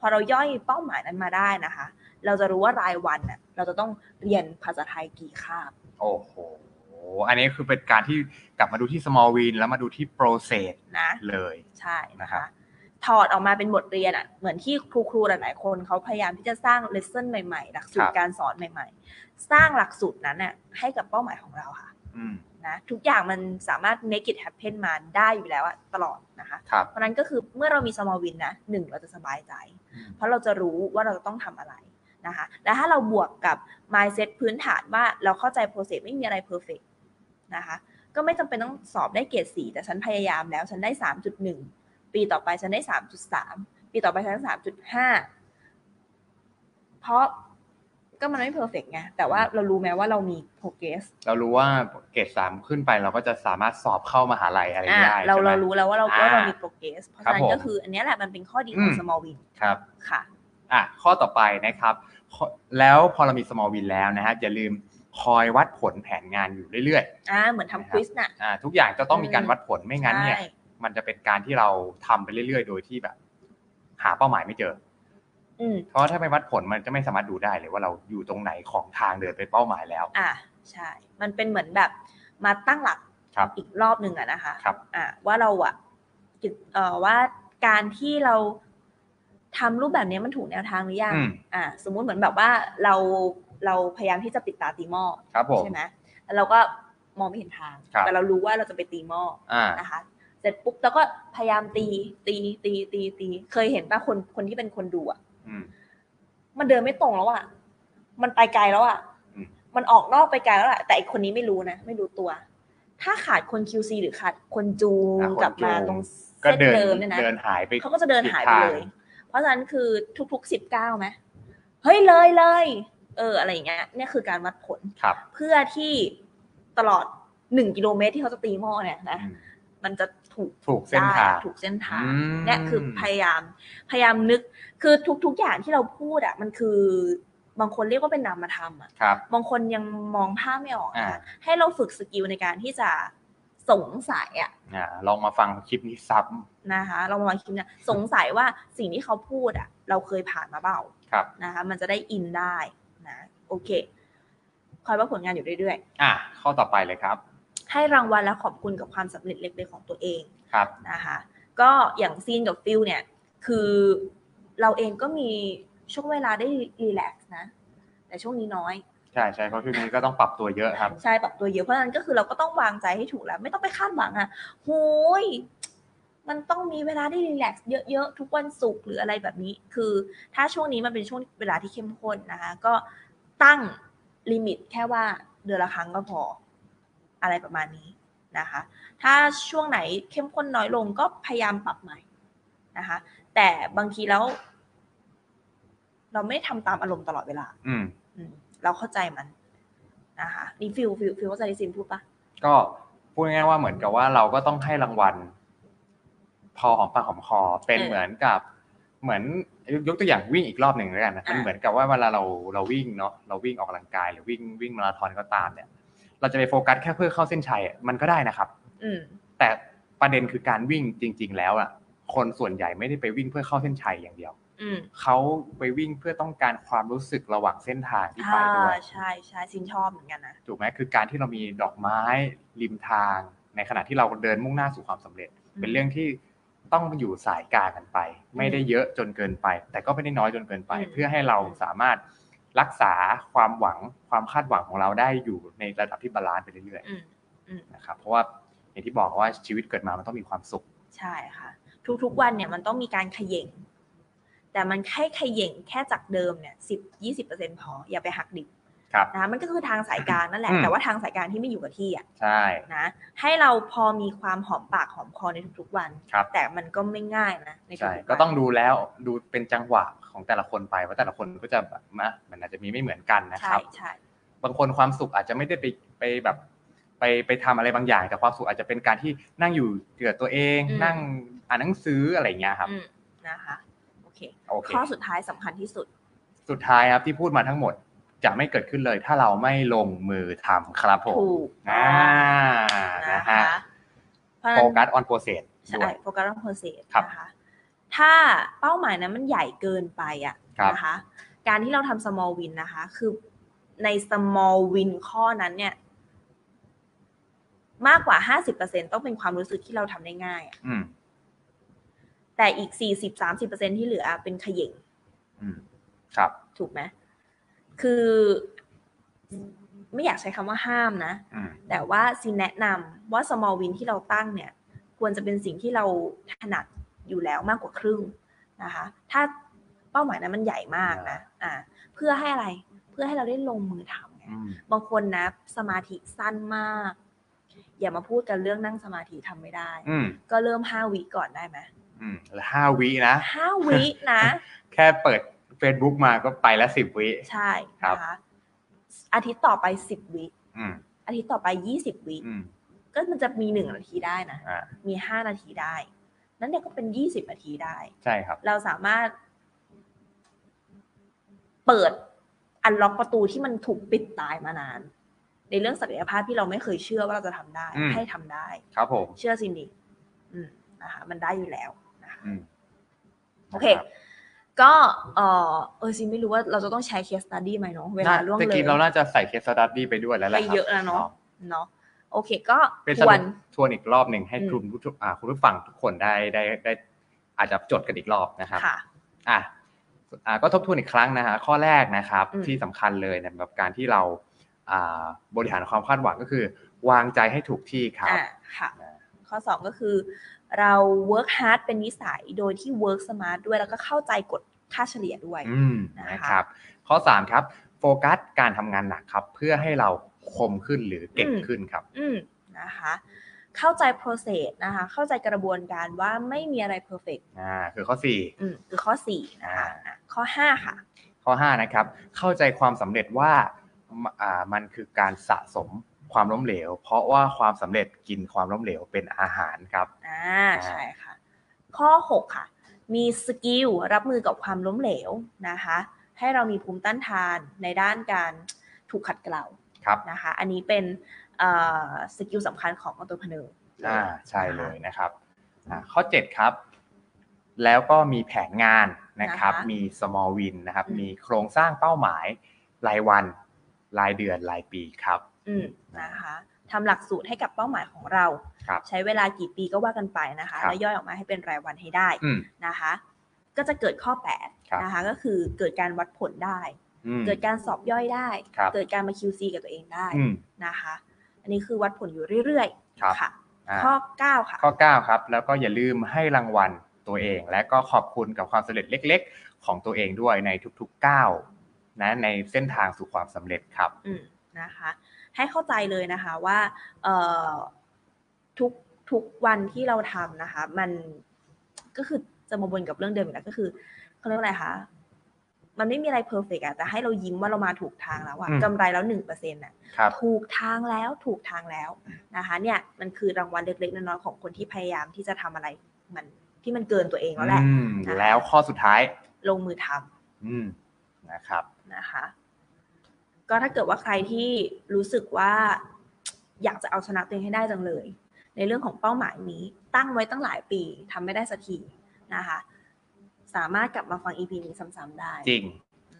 B: พอเราย่อยเป้าหมายนั้นมาได้นะคะ เราจะรู้ว่ารายวันน่ะเราจะต้องเรียนภาษาไทยกี่คาบ
A: โอ้โห อันนี้คือเป็นการที่กลับมาดูที่ small win แล้วมาดูที่ process
B: นะ
A: เลย
B: ใช่นะ
A: นะครับ
B: คะ ถอดออกมาเป็นบทเรียนอ่ะเหมือนที่ครูครูๆหลาย ๆ คนเขาพยายามที่จะสร้างเลสเซ่นใหม่ ๆ หลักสูตรการสอนใหม่ ๆ สร้างหลักสูตรนั้นน่ะให้กับเป้าหมายของเราค่ะ
A: อืม
B: นะทุกอย่างมันสามารถ make it happen มาได้อยู่แล้วอะตลอดนะคะ
A: ครับ
B: เพราะฉะนั้นก็คือเมื่อเรามี small win นะหนึ่งเราจะสบายใจ
A: อืม
B: เพราะเราจะรู้ว่าเราต้องทำอะไรนะคะและถ้าเราบวกกับ mindset พื้นฐานว่าเราเข้าใจ process ไม่มีอะไร perfect นะคะก็ไม่จำเป็นต้องสอบได้เกรด4แต่ฉันพยายามแล้วฉันได้ 3.1 ปีต่อไปฉันได้ 3.3 ปีต่อไปฉันได้3.5 เพราะก็มันไม่ perfect ไงแต่ว่าเรารู้ไหมว่าเรามี progress
A: เรารู้ว่าเกรดสามขึ้นไปเราก็จะสามารถสอบเข้ามหาลัยอะไร
B: อ่ะ
A: ได้
B: เรา
A: ใช่ไหม
B: เรารู้แล้วว่าเราว่าเรามี
A: อ่า
B: progress เพราะ
A: ครั
B: ฉะ
A: บ
B: นั้นก็
A: ผม
B: คืออันเนี้ยแหละมันเป็นข้อดีของ
A: อืม
B: small win
A: ครับ
B: ค่ะ
A: อ่ะ ข้อต่อไปนะครับข้อแล้วพอเรามี small win แล้วนะฮะอย่าลืมคอยวัดผลแผนงานอยู่เรื่อย
B: อ่าเหมือนทำควิสน่ะ
A: ๆ อ่า ทุกอย่างจะต้องมีการวัดผลไม่งั้นเนี่ย
B: ใช่
A: มันจะเป็นการที่เราทำไปเรื่อยๆ โดยที่แบบ หาเป้าหมายไม่เจอ
B: อืม
A: เพราะถ้าไม่วัดผลมันจะไม่สามารถดูได้เลยว่าเราอยู่ตรงไหนของทางเดินไปเป้าหมายแล้ว
B: อ่าใช่ มันเป็นเหมือนแบบมาตั้งหลัก
A: ครับ
B: อีกรอบหนึ่งอะนะคะ
A: ครับ
B: อ่าว่าเราอะกิจเอ่อว่าการที่เราทำรูปแบบเนี้ยมันถูกแนวทางหรือยัง
A: อืม
B: อ่า สมมุติเหมือนแบบว่าเราเราพยายามที่จะปิดตาตีหม้อ
A: ครับผม
B: ใช่ไหมแล้วเราก็มองไม่เห็นทาง
A: ครับ
B: แต่เรารู้ว่าเราจะไปตีหม้อ
A: อ่า
B: นะคะ เสร็จปุ๊บแล้วก็พยายามตีตีตีตีตีเคยเห็นป่ะคนคนที่เป็นคนดูอ่ะ
A: อืม
B: มันเดินไม่ตรงแล้วอ่ะ มันไปไกลแล้วอ่ะ
A: อืม
B: มันออกนอกไปไกลแล้วอ่ะ แต่อีกคนนี้ไม่รู้นะ ไม่รู้ตัว ถ้าขาดคน QC หรือขาดคนจูง
A: อ่ะคน
B: กลับมา
A: จูง
B: ตรง
A: ก็
B: เส้น
A: เดิน
B: เดิมเนี่ยนะ
A: เดินหายไป
B: เขาก็จะเดินหายไป
A: ผิดทาง
B: เลย เพราะฉะนั้นคือทุกๆสิบเก้าไหมเฮ้ยเลยเลย เอออะไรอย่างเงี้ยเนี่ยคือการวัดผล
A: ครับ
B: เพื่อที่ตลอดหนึ่งกิโลเมตรที่เขาจะตีหม้อเนี่ยนะ
A: อืม
B: มันจะถูก
A: ถูกเส้นทาง
B: ได้ถูกเส้นทาง
A: อืม
B: เนี่ยคือพยายาม พยายามนึก คือทุก ๆ อย่างที่เราพูดอะมันคือบางคนเรียกว่าเป็นนามธรรมอะ
A: ครับ
B: บางคนยังมองภาพไม่ออก
A: อ่า
B: นะให้เราฝึกสกิลในการที่จะสงสัยอะ
A: อ่าลองมาฟังคลิปนี้ซ้
B: นะคะเรามาลองคิดนะสงสัยว่าสิ่งที่เขาพูดอ่ะ เราเคยผ่านมาเปล่า
A: ำครับ
B: นะคะ มันจะได้อินได้นะโอเค คอยว่าผลงานอยู่เรื่อย
A: อ่ะข้อต่อไปเลยครับ
B: ๆ ให้รางวัลและขอบคุณกับความสำเร็จเล็กๆของตัวเอง
A: ครับ
B: นะคะ ก็อย่างซีนกับฟิลเนี่ย คือเราเองก็มีช่วงเวลาได้รีแลกซ์นะ แต่ช่วงนี้น้อย
A: ใช่ใช่เพราะช่วงนี้ก็ต้องปรับตัวเยอะครับ
B: ใช่ปรับตัวเยอะเพราะฉะนั้นก็คือเราก็ต้องวางใจให้ถูกแล้ว ไม่ต้องไปคาดหวังอ่ะโหยมันต้องมีเวลาได้รีแลกซ์เยอะๆ ทุกวันศุกร์หรืออะไรแบบนี้ คือถ้าช่วงนี้มันเป็นช่วงเวลาที่เข้มข้นนะคะ ก็ตั้งลิมิตแค่ว่าเดือนละครั้งก็พออะไรประมาณนี้นะคะ ถ้าช่วงไหนเข้มข้นน้อยลงก็พยายามปรับใหม่นะคะ แต่บางทีแล้ว เราไม่ได้ทำตามอารมณ์ตลอดเวลา
A: อืม
B: อืมเราเข้าใจมันนะคะนี่ฟิลฟิลฟิลเข้าใจที่ซิมพูดปะ
A: ก็พูดง่ายๆว่าเหมือนกับว่าเราก็ต้องให้รางวัล พอหอมปากหอมคอเป็นเหมือนกับ เหมือนยกยกตัวอย่างวิ่งอีกรอบหนึ่งแล้วกันนะมันเหมือนกับว่าเวลาเราเราวิ่งเนาะเราวิ่งออกกำลังกายหรือวิ่งวิ่งมาราธอนก็ตามเนี่ย เราจะไปโฟกัสแค่เพื่อเข้าเส้นชัยอะมันก็ได้นะครับ
B: อืม
A: แต่ประเด็นคือการวิ่งจริง ๆ แล้วอ่ะ คนส่วนใหญ่ไม่ได้ไปวิ่งเพื่อเข้าเส้นชัยอย่างเดียว
B: อืม
A: เขาไปวิ่งเพื่อต้องการความรู้สึกระหว่างเส้นทางที่ไป
B: อ่า
A: ด้วย
B: ใช่ใช่ซินชอบเหมือนกันนะ
A: ถูกไหมคือการที่เรามีดอกไม้ริมทาง ในขณะที่เราเดินมุ่งหน้าสู่ความสำเร็จ
B: ม
A: เป็นเรื่องที่ต้องอยู่สายกลางกันไป ไม่ได้เยอะจนเกินไป แต่ก็ไม่ได้น้อยจนเกินไป
B: อืม
A: เพื่อให้เราสามารถรักษาความหวังความคาดหวังของเราได้อยู่ในระดับที่บาลานซ์ไปเรื่อย
B: อืม
A: ๆนะครับเพราะว่าอย่างที่บอกว่าชีวิตเกิดมามันต้องมีความสุข
B: ใช่ค่ะ ทุกๆวันเนี่ยมันต้องมีการเขย่ง แต่มันแค่เขย่งแค่จากเดิมเนี่ยสิบยี่สิบเปอร์เซ็นพออย่าไปหักดิบ
A: ครับ
B: นะมันก็คือทางสายกลางนั่นแหละ
A: อืม
B: แต่ว่าทางสายกลางที่ไม่อยู่กับที่อ่ะ
A: ใช่
B: นะให้เราพอมีความหอมปากหอมคอในทุกๆวัน
A: ครับ
B: แต่มันก็ไม่ง่ายนะในทุก
A: ใช่
B: ๆวัน
A: ก็ต้องดูแล้วดูเป็นจังหวะของแต่ละคนไปว่าแต่ละคนก็จะแบบนะมันอาจจะมีไม่เหมือนกันนะค
B: ใช่
A: รับ
B: ใช่
A: บางคนความสุขอาจจะไม่ได้ไปไปแบบ ไปไปทำอะไรบางอย่าง แต่ความสุขอาจจะเป็นการที่นั่งอยู่เกือตัวเอง นั่งอ่านหนังสืออะไรอย่างเงี้ยครับ
B: อืมนะคะโอเค
A: โอเค
B: ข้อสุดท้ายสำคัญที่สุด
A: สุดท้ายครับที่พูดมาทั้งหมดจะไม่เกิดขึ้นเลย ถ้าเราไม่ลงมือทำครับผม
B: ถูก
A: อ่านะฮะ
B: เพราะฉะ
A: โฟ
B: นั้น
A: กัสออนโปรเซส
B: ใช่
A: ด้วย
B: โฟกัส on process
A: ครับ
B: นะคะถ้าเป้าหมายนั้นมันใหญ่เกินไปอะ
A: ครับ
B: นะคะ การที่เราทำ small win นะคะ คือใน small win ข้อนั้นเนี่ย มากกว่า 50%ต้องเป็นความรู้สึกที่เราทำได้ง่ายอะ
A: อืม
B: แต่อีก 40-30%ที่เหลือเป็นเขย่ง
A: อืมครับ
B: ถูกไหมคือ ไม่อยากใช้คำว่าห้ามนะ
A: อืม
B: แต่ว่าซีแนะนำว่า small win ที่เราตั้งเนี่ย ควรจะเป็นสิ่งที่เราถนัดอยู่แล้วมากกว่าครึ่งนะคะ ถ้าเป้าหมายนั้นมันใหญ่มากนะอ่าเพื่อให้อะไรเพื่อให้เราได้ลงมือทำไง
A: อืม
B: บางคนนะสมาธิสั้นมาก อย่ามาพูดกันเรื่องนั่งสมาธิทำไม่ได้
A: อืม
B: ก็เริ่มห้าวิก่อนได้ไหม
A: อืมแล้วห้าวินะ
B: ห้าวินะ
A: แค่เปิด Facebook มาก็ไปละสิบวิ
B: ใช่
A: ครับ
B: นะคะอาทิตย์ต่อไปสิบวิ
A: อืม
B: อาทิตย์ต่อไปยี่สิบวิ
A: อืม
B: ก็มันจะมีหนึ่งนาทีได้นะ
A: อ่า
B: มี 5 นาทีได้ นั้นเนี่ยก็เป็น 20 นาทีได้
A: ใช่ครับ
B: เราสามารถ เปิดอันล็อกประตูที่มันถูกปิดตายมานาน ในเรื่องศักยภาพที่เราไม่เคยเชื่อว่าเราจะทำได้
A: อืม
B: ให้ทำได้
A: ครับผม
B: เชื่อสินิอืมนะคะมันได้อยู่แล้วนะคะ
A: อืม
B: โอเค
A: รับ
B: ก็เออเออซินไม่รู้ว่าเราจะต้องใช้ case study ไหมเนาะเวลาล่วง
A: น่ตะ
B: เลย
A: กี้เราน่าจะใส่เคสตัดดี้ไปด้วยแล้วแห
B: ไป
A: ละครับ
B: เยอะแล้วเนาะเนาะโอเคก็
A: เป็น
B: ท
A: ส
B: ว
A: รุ
B: น
A: ปทวนอีกรอบหนึ่งให้
B: อืม
A: คุณผู้ชมอ่าคุณผู้ฟังทุกคนได้ได้ได้ อาจจะจดกันอีกรอบนะครับ
B: ค่ะ
A: อ่ะอ่ะก็ทบทวนอีกครั้งนะฮะข้อแรกนะครับ
B: อืม
A: ที่สำคัญเลยนะแบบการที่เราอ่าบริหารความคาดหวังก็คือ วางใจให้ถูกที่ครับ
B: อ่าค่ะ ข้อ ข้อ 2 ก็คือ เรา work hard เป็นนิสัยโดยที่ work smart ด้วยแล้วก็เข้าใจกฎค่าเฉลี่ยด้วย
A: อืม
B: นะคะ
A: นะครับ ข้อ 3 ครับ โฟกัสการทำงานหนักครับ เพื่อให้เราคมขึ้นหรือเก่งขึ้นครับ
B: อืมนะคะเข้าใจ process นะคะเข้าใจกระบวนการว่าไม่มีอะไร perfect
A: อ่า คือข้อ 4
B: อืมคือข้อ 4 นะคะอ่ะข้อ 5 ค่ะ
A: ข้อ 5 นะครับ เข้าใจความสำเร็จว่ามันอ่ามันคือการสะสมความล้มเหลว เพราะว่าความสำเร็จกินความล้มเหลวเป็นอาหารครับ
B: อ่าใช่ค่ะ ข้อ 6 ค่ะ มีสกิลรับมือกับความล้มเหลวนะคะ ให้เรามีภูมิต้านทานในด้านการถูกขัดเกลา
A: ครับ
B: นะคะ อันนี้เป็นสกิลสำคัญของอัตพเนอร์
A: อ่า ใช่เลยนะครับ อ่า ข้อ 7 ครับ แล้วก็มีแผนงานนะครับ มี small win นะครับ มีโครงสร้างเป้าหมาย รายวัน รายเดือน รายปีครับ
B: อืมนะคะทำหลักสูตรให้กับเป้าหมายของเรา
A: ครับ
B: ใช้เวลากี่ปีก็ว่ากันไปนะคะ
A: ครับ
B: แล้วย่อยออกมาให้เป็นรายวันให้ได้
A: อืม
B: นะคะ ก็จะเกิดข้อ
A: ครับ
B: 8นะคะก็คือเกิดการวัดผลได้
A: อืม
B: เกิดการสอบย่อยได้
A: ครับ
B: เกิดการมา QC กับตัวเองได้
A: อืม
B: นะคะ อันนี้คือวัดผลอยู่เรื่อย
A: ครับ
B: ๆ ค่ะ
A: อ่า
B: ข้อ 9 ค่ะ
A: ข้อ 9 ครับ แล้วก็อย่าลืมให้รางวัลตัวเอง และก็ขอบคุณกับความสำเร็จเล็ก ๆ ของตัวเองด้วยในทุกๆก้าวนะในเส้นทางสู่ความสำเร็จครับ
B: อืม นะคะ ให้เข้าใจเลยนะคะว่าเอ่อทุกทุกวันที่เราทำนะคะ มันก็คือจะมาวนกับเรื่องเดิมอีกแล้วก็คือเขาเรียกว่าอะไรคะ มันไม่มีอะไรเพอร์เฟกอะแต่ให้เรายิ้มว่าเรามาถูกทางแล้วอะ
A: อืม
B: กำไรแล้วหนึ่งเปอร์เซ็นต์อะ
A: ครับ
B: ถูกทางแล้วถูกทางแล้วนะคะเนี่ยมันคือรางวัลเล็กๆน้อยๆของคนที่พยายามที่จะทำอะไรมันที่มันเกินตัวเองแล้วแหละ
A: อืม
B: นะคะ
A: แล้วข้อสุดท้าย
B: ลงมือทำ
A: อืม นะครับ
B: นะคะก็ถ้าเกิดว่าใครที่รู้สึกว่า อยากจะเอาชนะตัวเองให้ได้จังเลย ในเรื่องของเป้าหมายนี้ตั้งไว้ตั้งหลายปีทำไม่ได้สักทีนะคะสามารถกลับมาฟัง EP นี้ซ้ำๆได้
A: จริง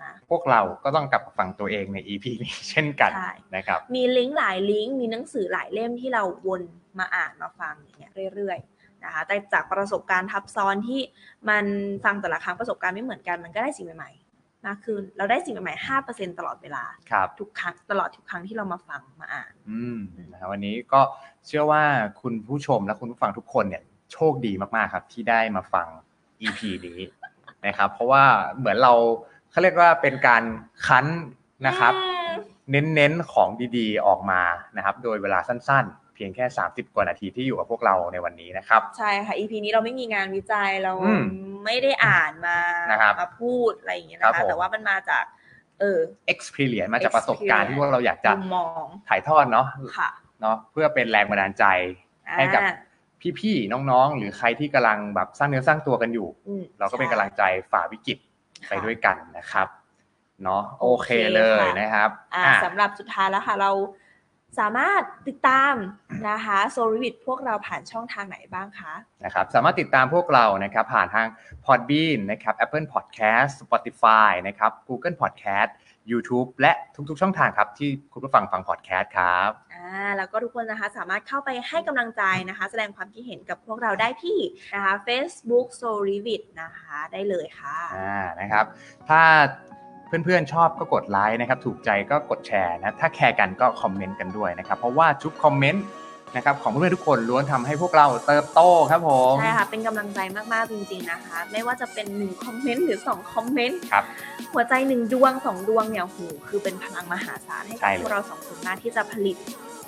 B: นะ
A: พวกเราก็ต้องกลับมาฟังตัวเองใน EP นี้ เช่นกัน
B: ใช่
A: นะครับ
B: มีลิงก์หลายลิงก์มีหนังสือหลายเล่มที่เราวนมาอ่านมาฟังอย่างเงี้ยเรื่อยๆนะคะแต่จากประสบการณ์ทับซ้อนที่มันฟังแต่ละครั้งประสบการณ์ไม่เหมือนกันมันก็ได้สิ่งใหม่ๆมากขึ้นเราได้สิ่งใหม่ๆห้าเปอร์เซ็นตลอดเวลา
A: ครับ
B: ทุกครั้งตลอดทุกครั้งที่เรามาฟังมาอ่าน
A: อืมนะครับวันนี้ก็เชื่อว่าคุณผู้ชมและคุณผู้ฟังทุกคนเนี่ยโชคดีมากๆครับที่ได้มาฟัง EP นี้นะครับ เพราะว่าเหมือนเราเขาเรียกว่าเป็นการคั้นนะครับ
B: อืม
A: เน้นๆของดีๆออกมานะครับ โดยเวลาสั้นๆ เพียงแค่ 30 กว่านาทีที่อยู่กับพวกเราในวันนี้นะครับ
B: ใช่ค่ะ EP นี้เราไม่มีงานวิจัยเรา
A: อืม
B: ไม่ได้อ่านมา
A: นะครับ
B: มาพูดอะไรอย่างเงี้ย
A: ครับ
B: นะคะ
A: ผม
B: แต่ว่ามันมาจาก เออ
A: experience มาจากประสบการณ์
B: Experience
A: ที่พวกเราอยากจะ
B: มุมมอง
A: ถ่ายทอดเนาะ
B: ค่ะ
A: เนาะเพื่อเป็นแรงบันดาลใจ ให้กับ
B: อ่า
A: พี่ๆน้องๆ หรือใครที่กำลังแบบสร้างเนื้อสร้างตัวกันอยู่
B: อืม
A: เราก็เป็นกำลังใจฝ่าวิกฤตไป
B: ค่ะ
A: ด้วยกันนะครับเนาะโอเค
B: โอเค
A: เลย
B: ค่ะ
A: นะครับ
B: อ่า
A: อ่ะ
B: สำหรับสุดท้ายแล้วค่ะ เราสามารถติดตามนะคะโซลิวิทพวกเราผ่านช่องทางไหนบ้างคะ
A: นะครับสามารถติดตามพวกเรานะครับผ่านทาง Podbean นะครับ Apple Podcast Spotify นะครับ Google Podcast YouTube และทุกๆ ช่องทางครับ ที่คุณผู้ฟังฟัง podcast ครับ
B: อ่าแล้วก็ทุกคนนะคะสามารถเข้าไปให้กำลังใจนะคะ แสดงความคิดเห็นกับพวกเราได้ที่นะคะ Facebook s o l i v i t นะคะได้เลยค่ะ
A: อ่านะครับ ถ้าเพื่อนๆ ชอบก็กดไลค์นะครับ ถูกใจก็กดแชร์นะ ถ้าแคร์กันก็คอมเมนต์กันด้วยนะครับ เพราะว่าทุกคอมเมนต์นะครับของเพื่อนๆ ทุกคนล้วนทำให้พวกเราเติบโตครับผม
B: ใช่ค่ะ เป็นกำลังใจมากๆจริงๆนะคะ ไม่ว่าจะเป็น1คอมเมนต์หรือ2คอมเมนต์
A: ครับ
B: หัวใจ 1 ดวง 2 ดวงเนี่ยโอ้โหคือเป็นพลังมหาศาลให้
A: ใช่
B: กับพ
A: เลย
B: วกเราสองคนมากที่จะผลิต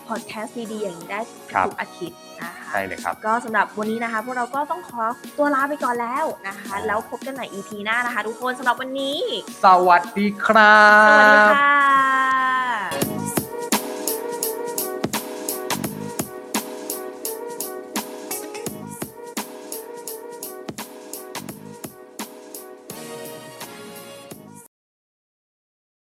B: พอดแคสต์ดีๆอย่างนี้ได้
A: ครับ
B: ทุกอาทิตย์นะคะ
A: ใช่เลยครับ
B: ก็สำหรับวันนี้นะคะ พวกเราก็ต้องขอตัวลาไปก่อนแล้วนะคะ
A: ครับ
B: แล้วพบกันใหม่ EP หน้านะคะ ทุกคนสำหรับวันนี้
A: สวัสดีครั
B: ส
A: บ
B: วัสดีค่ะ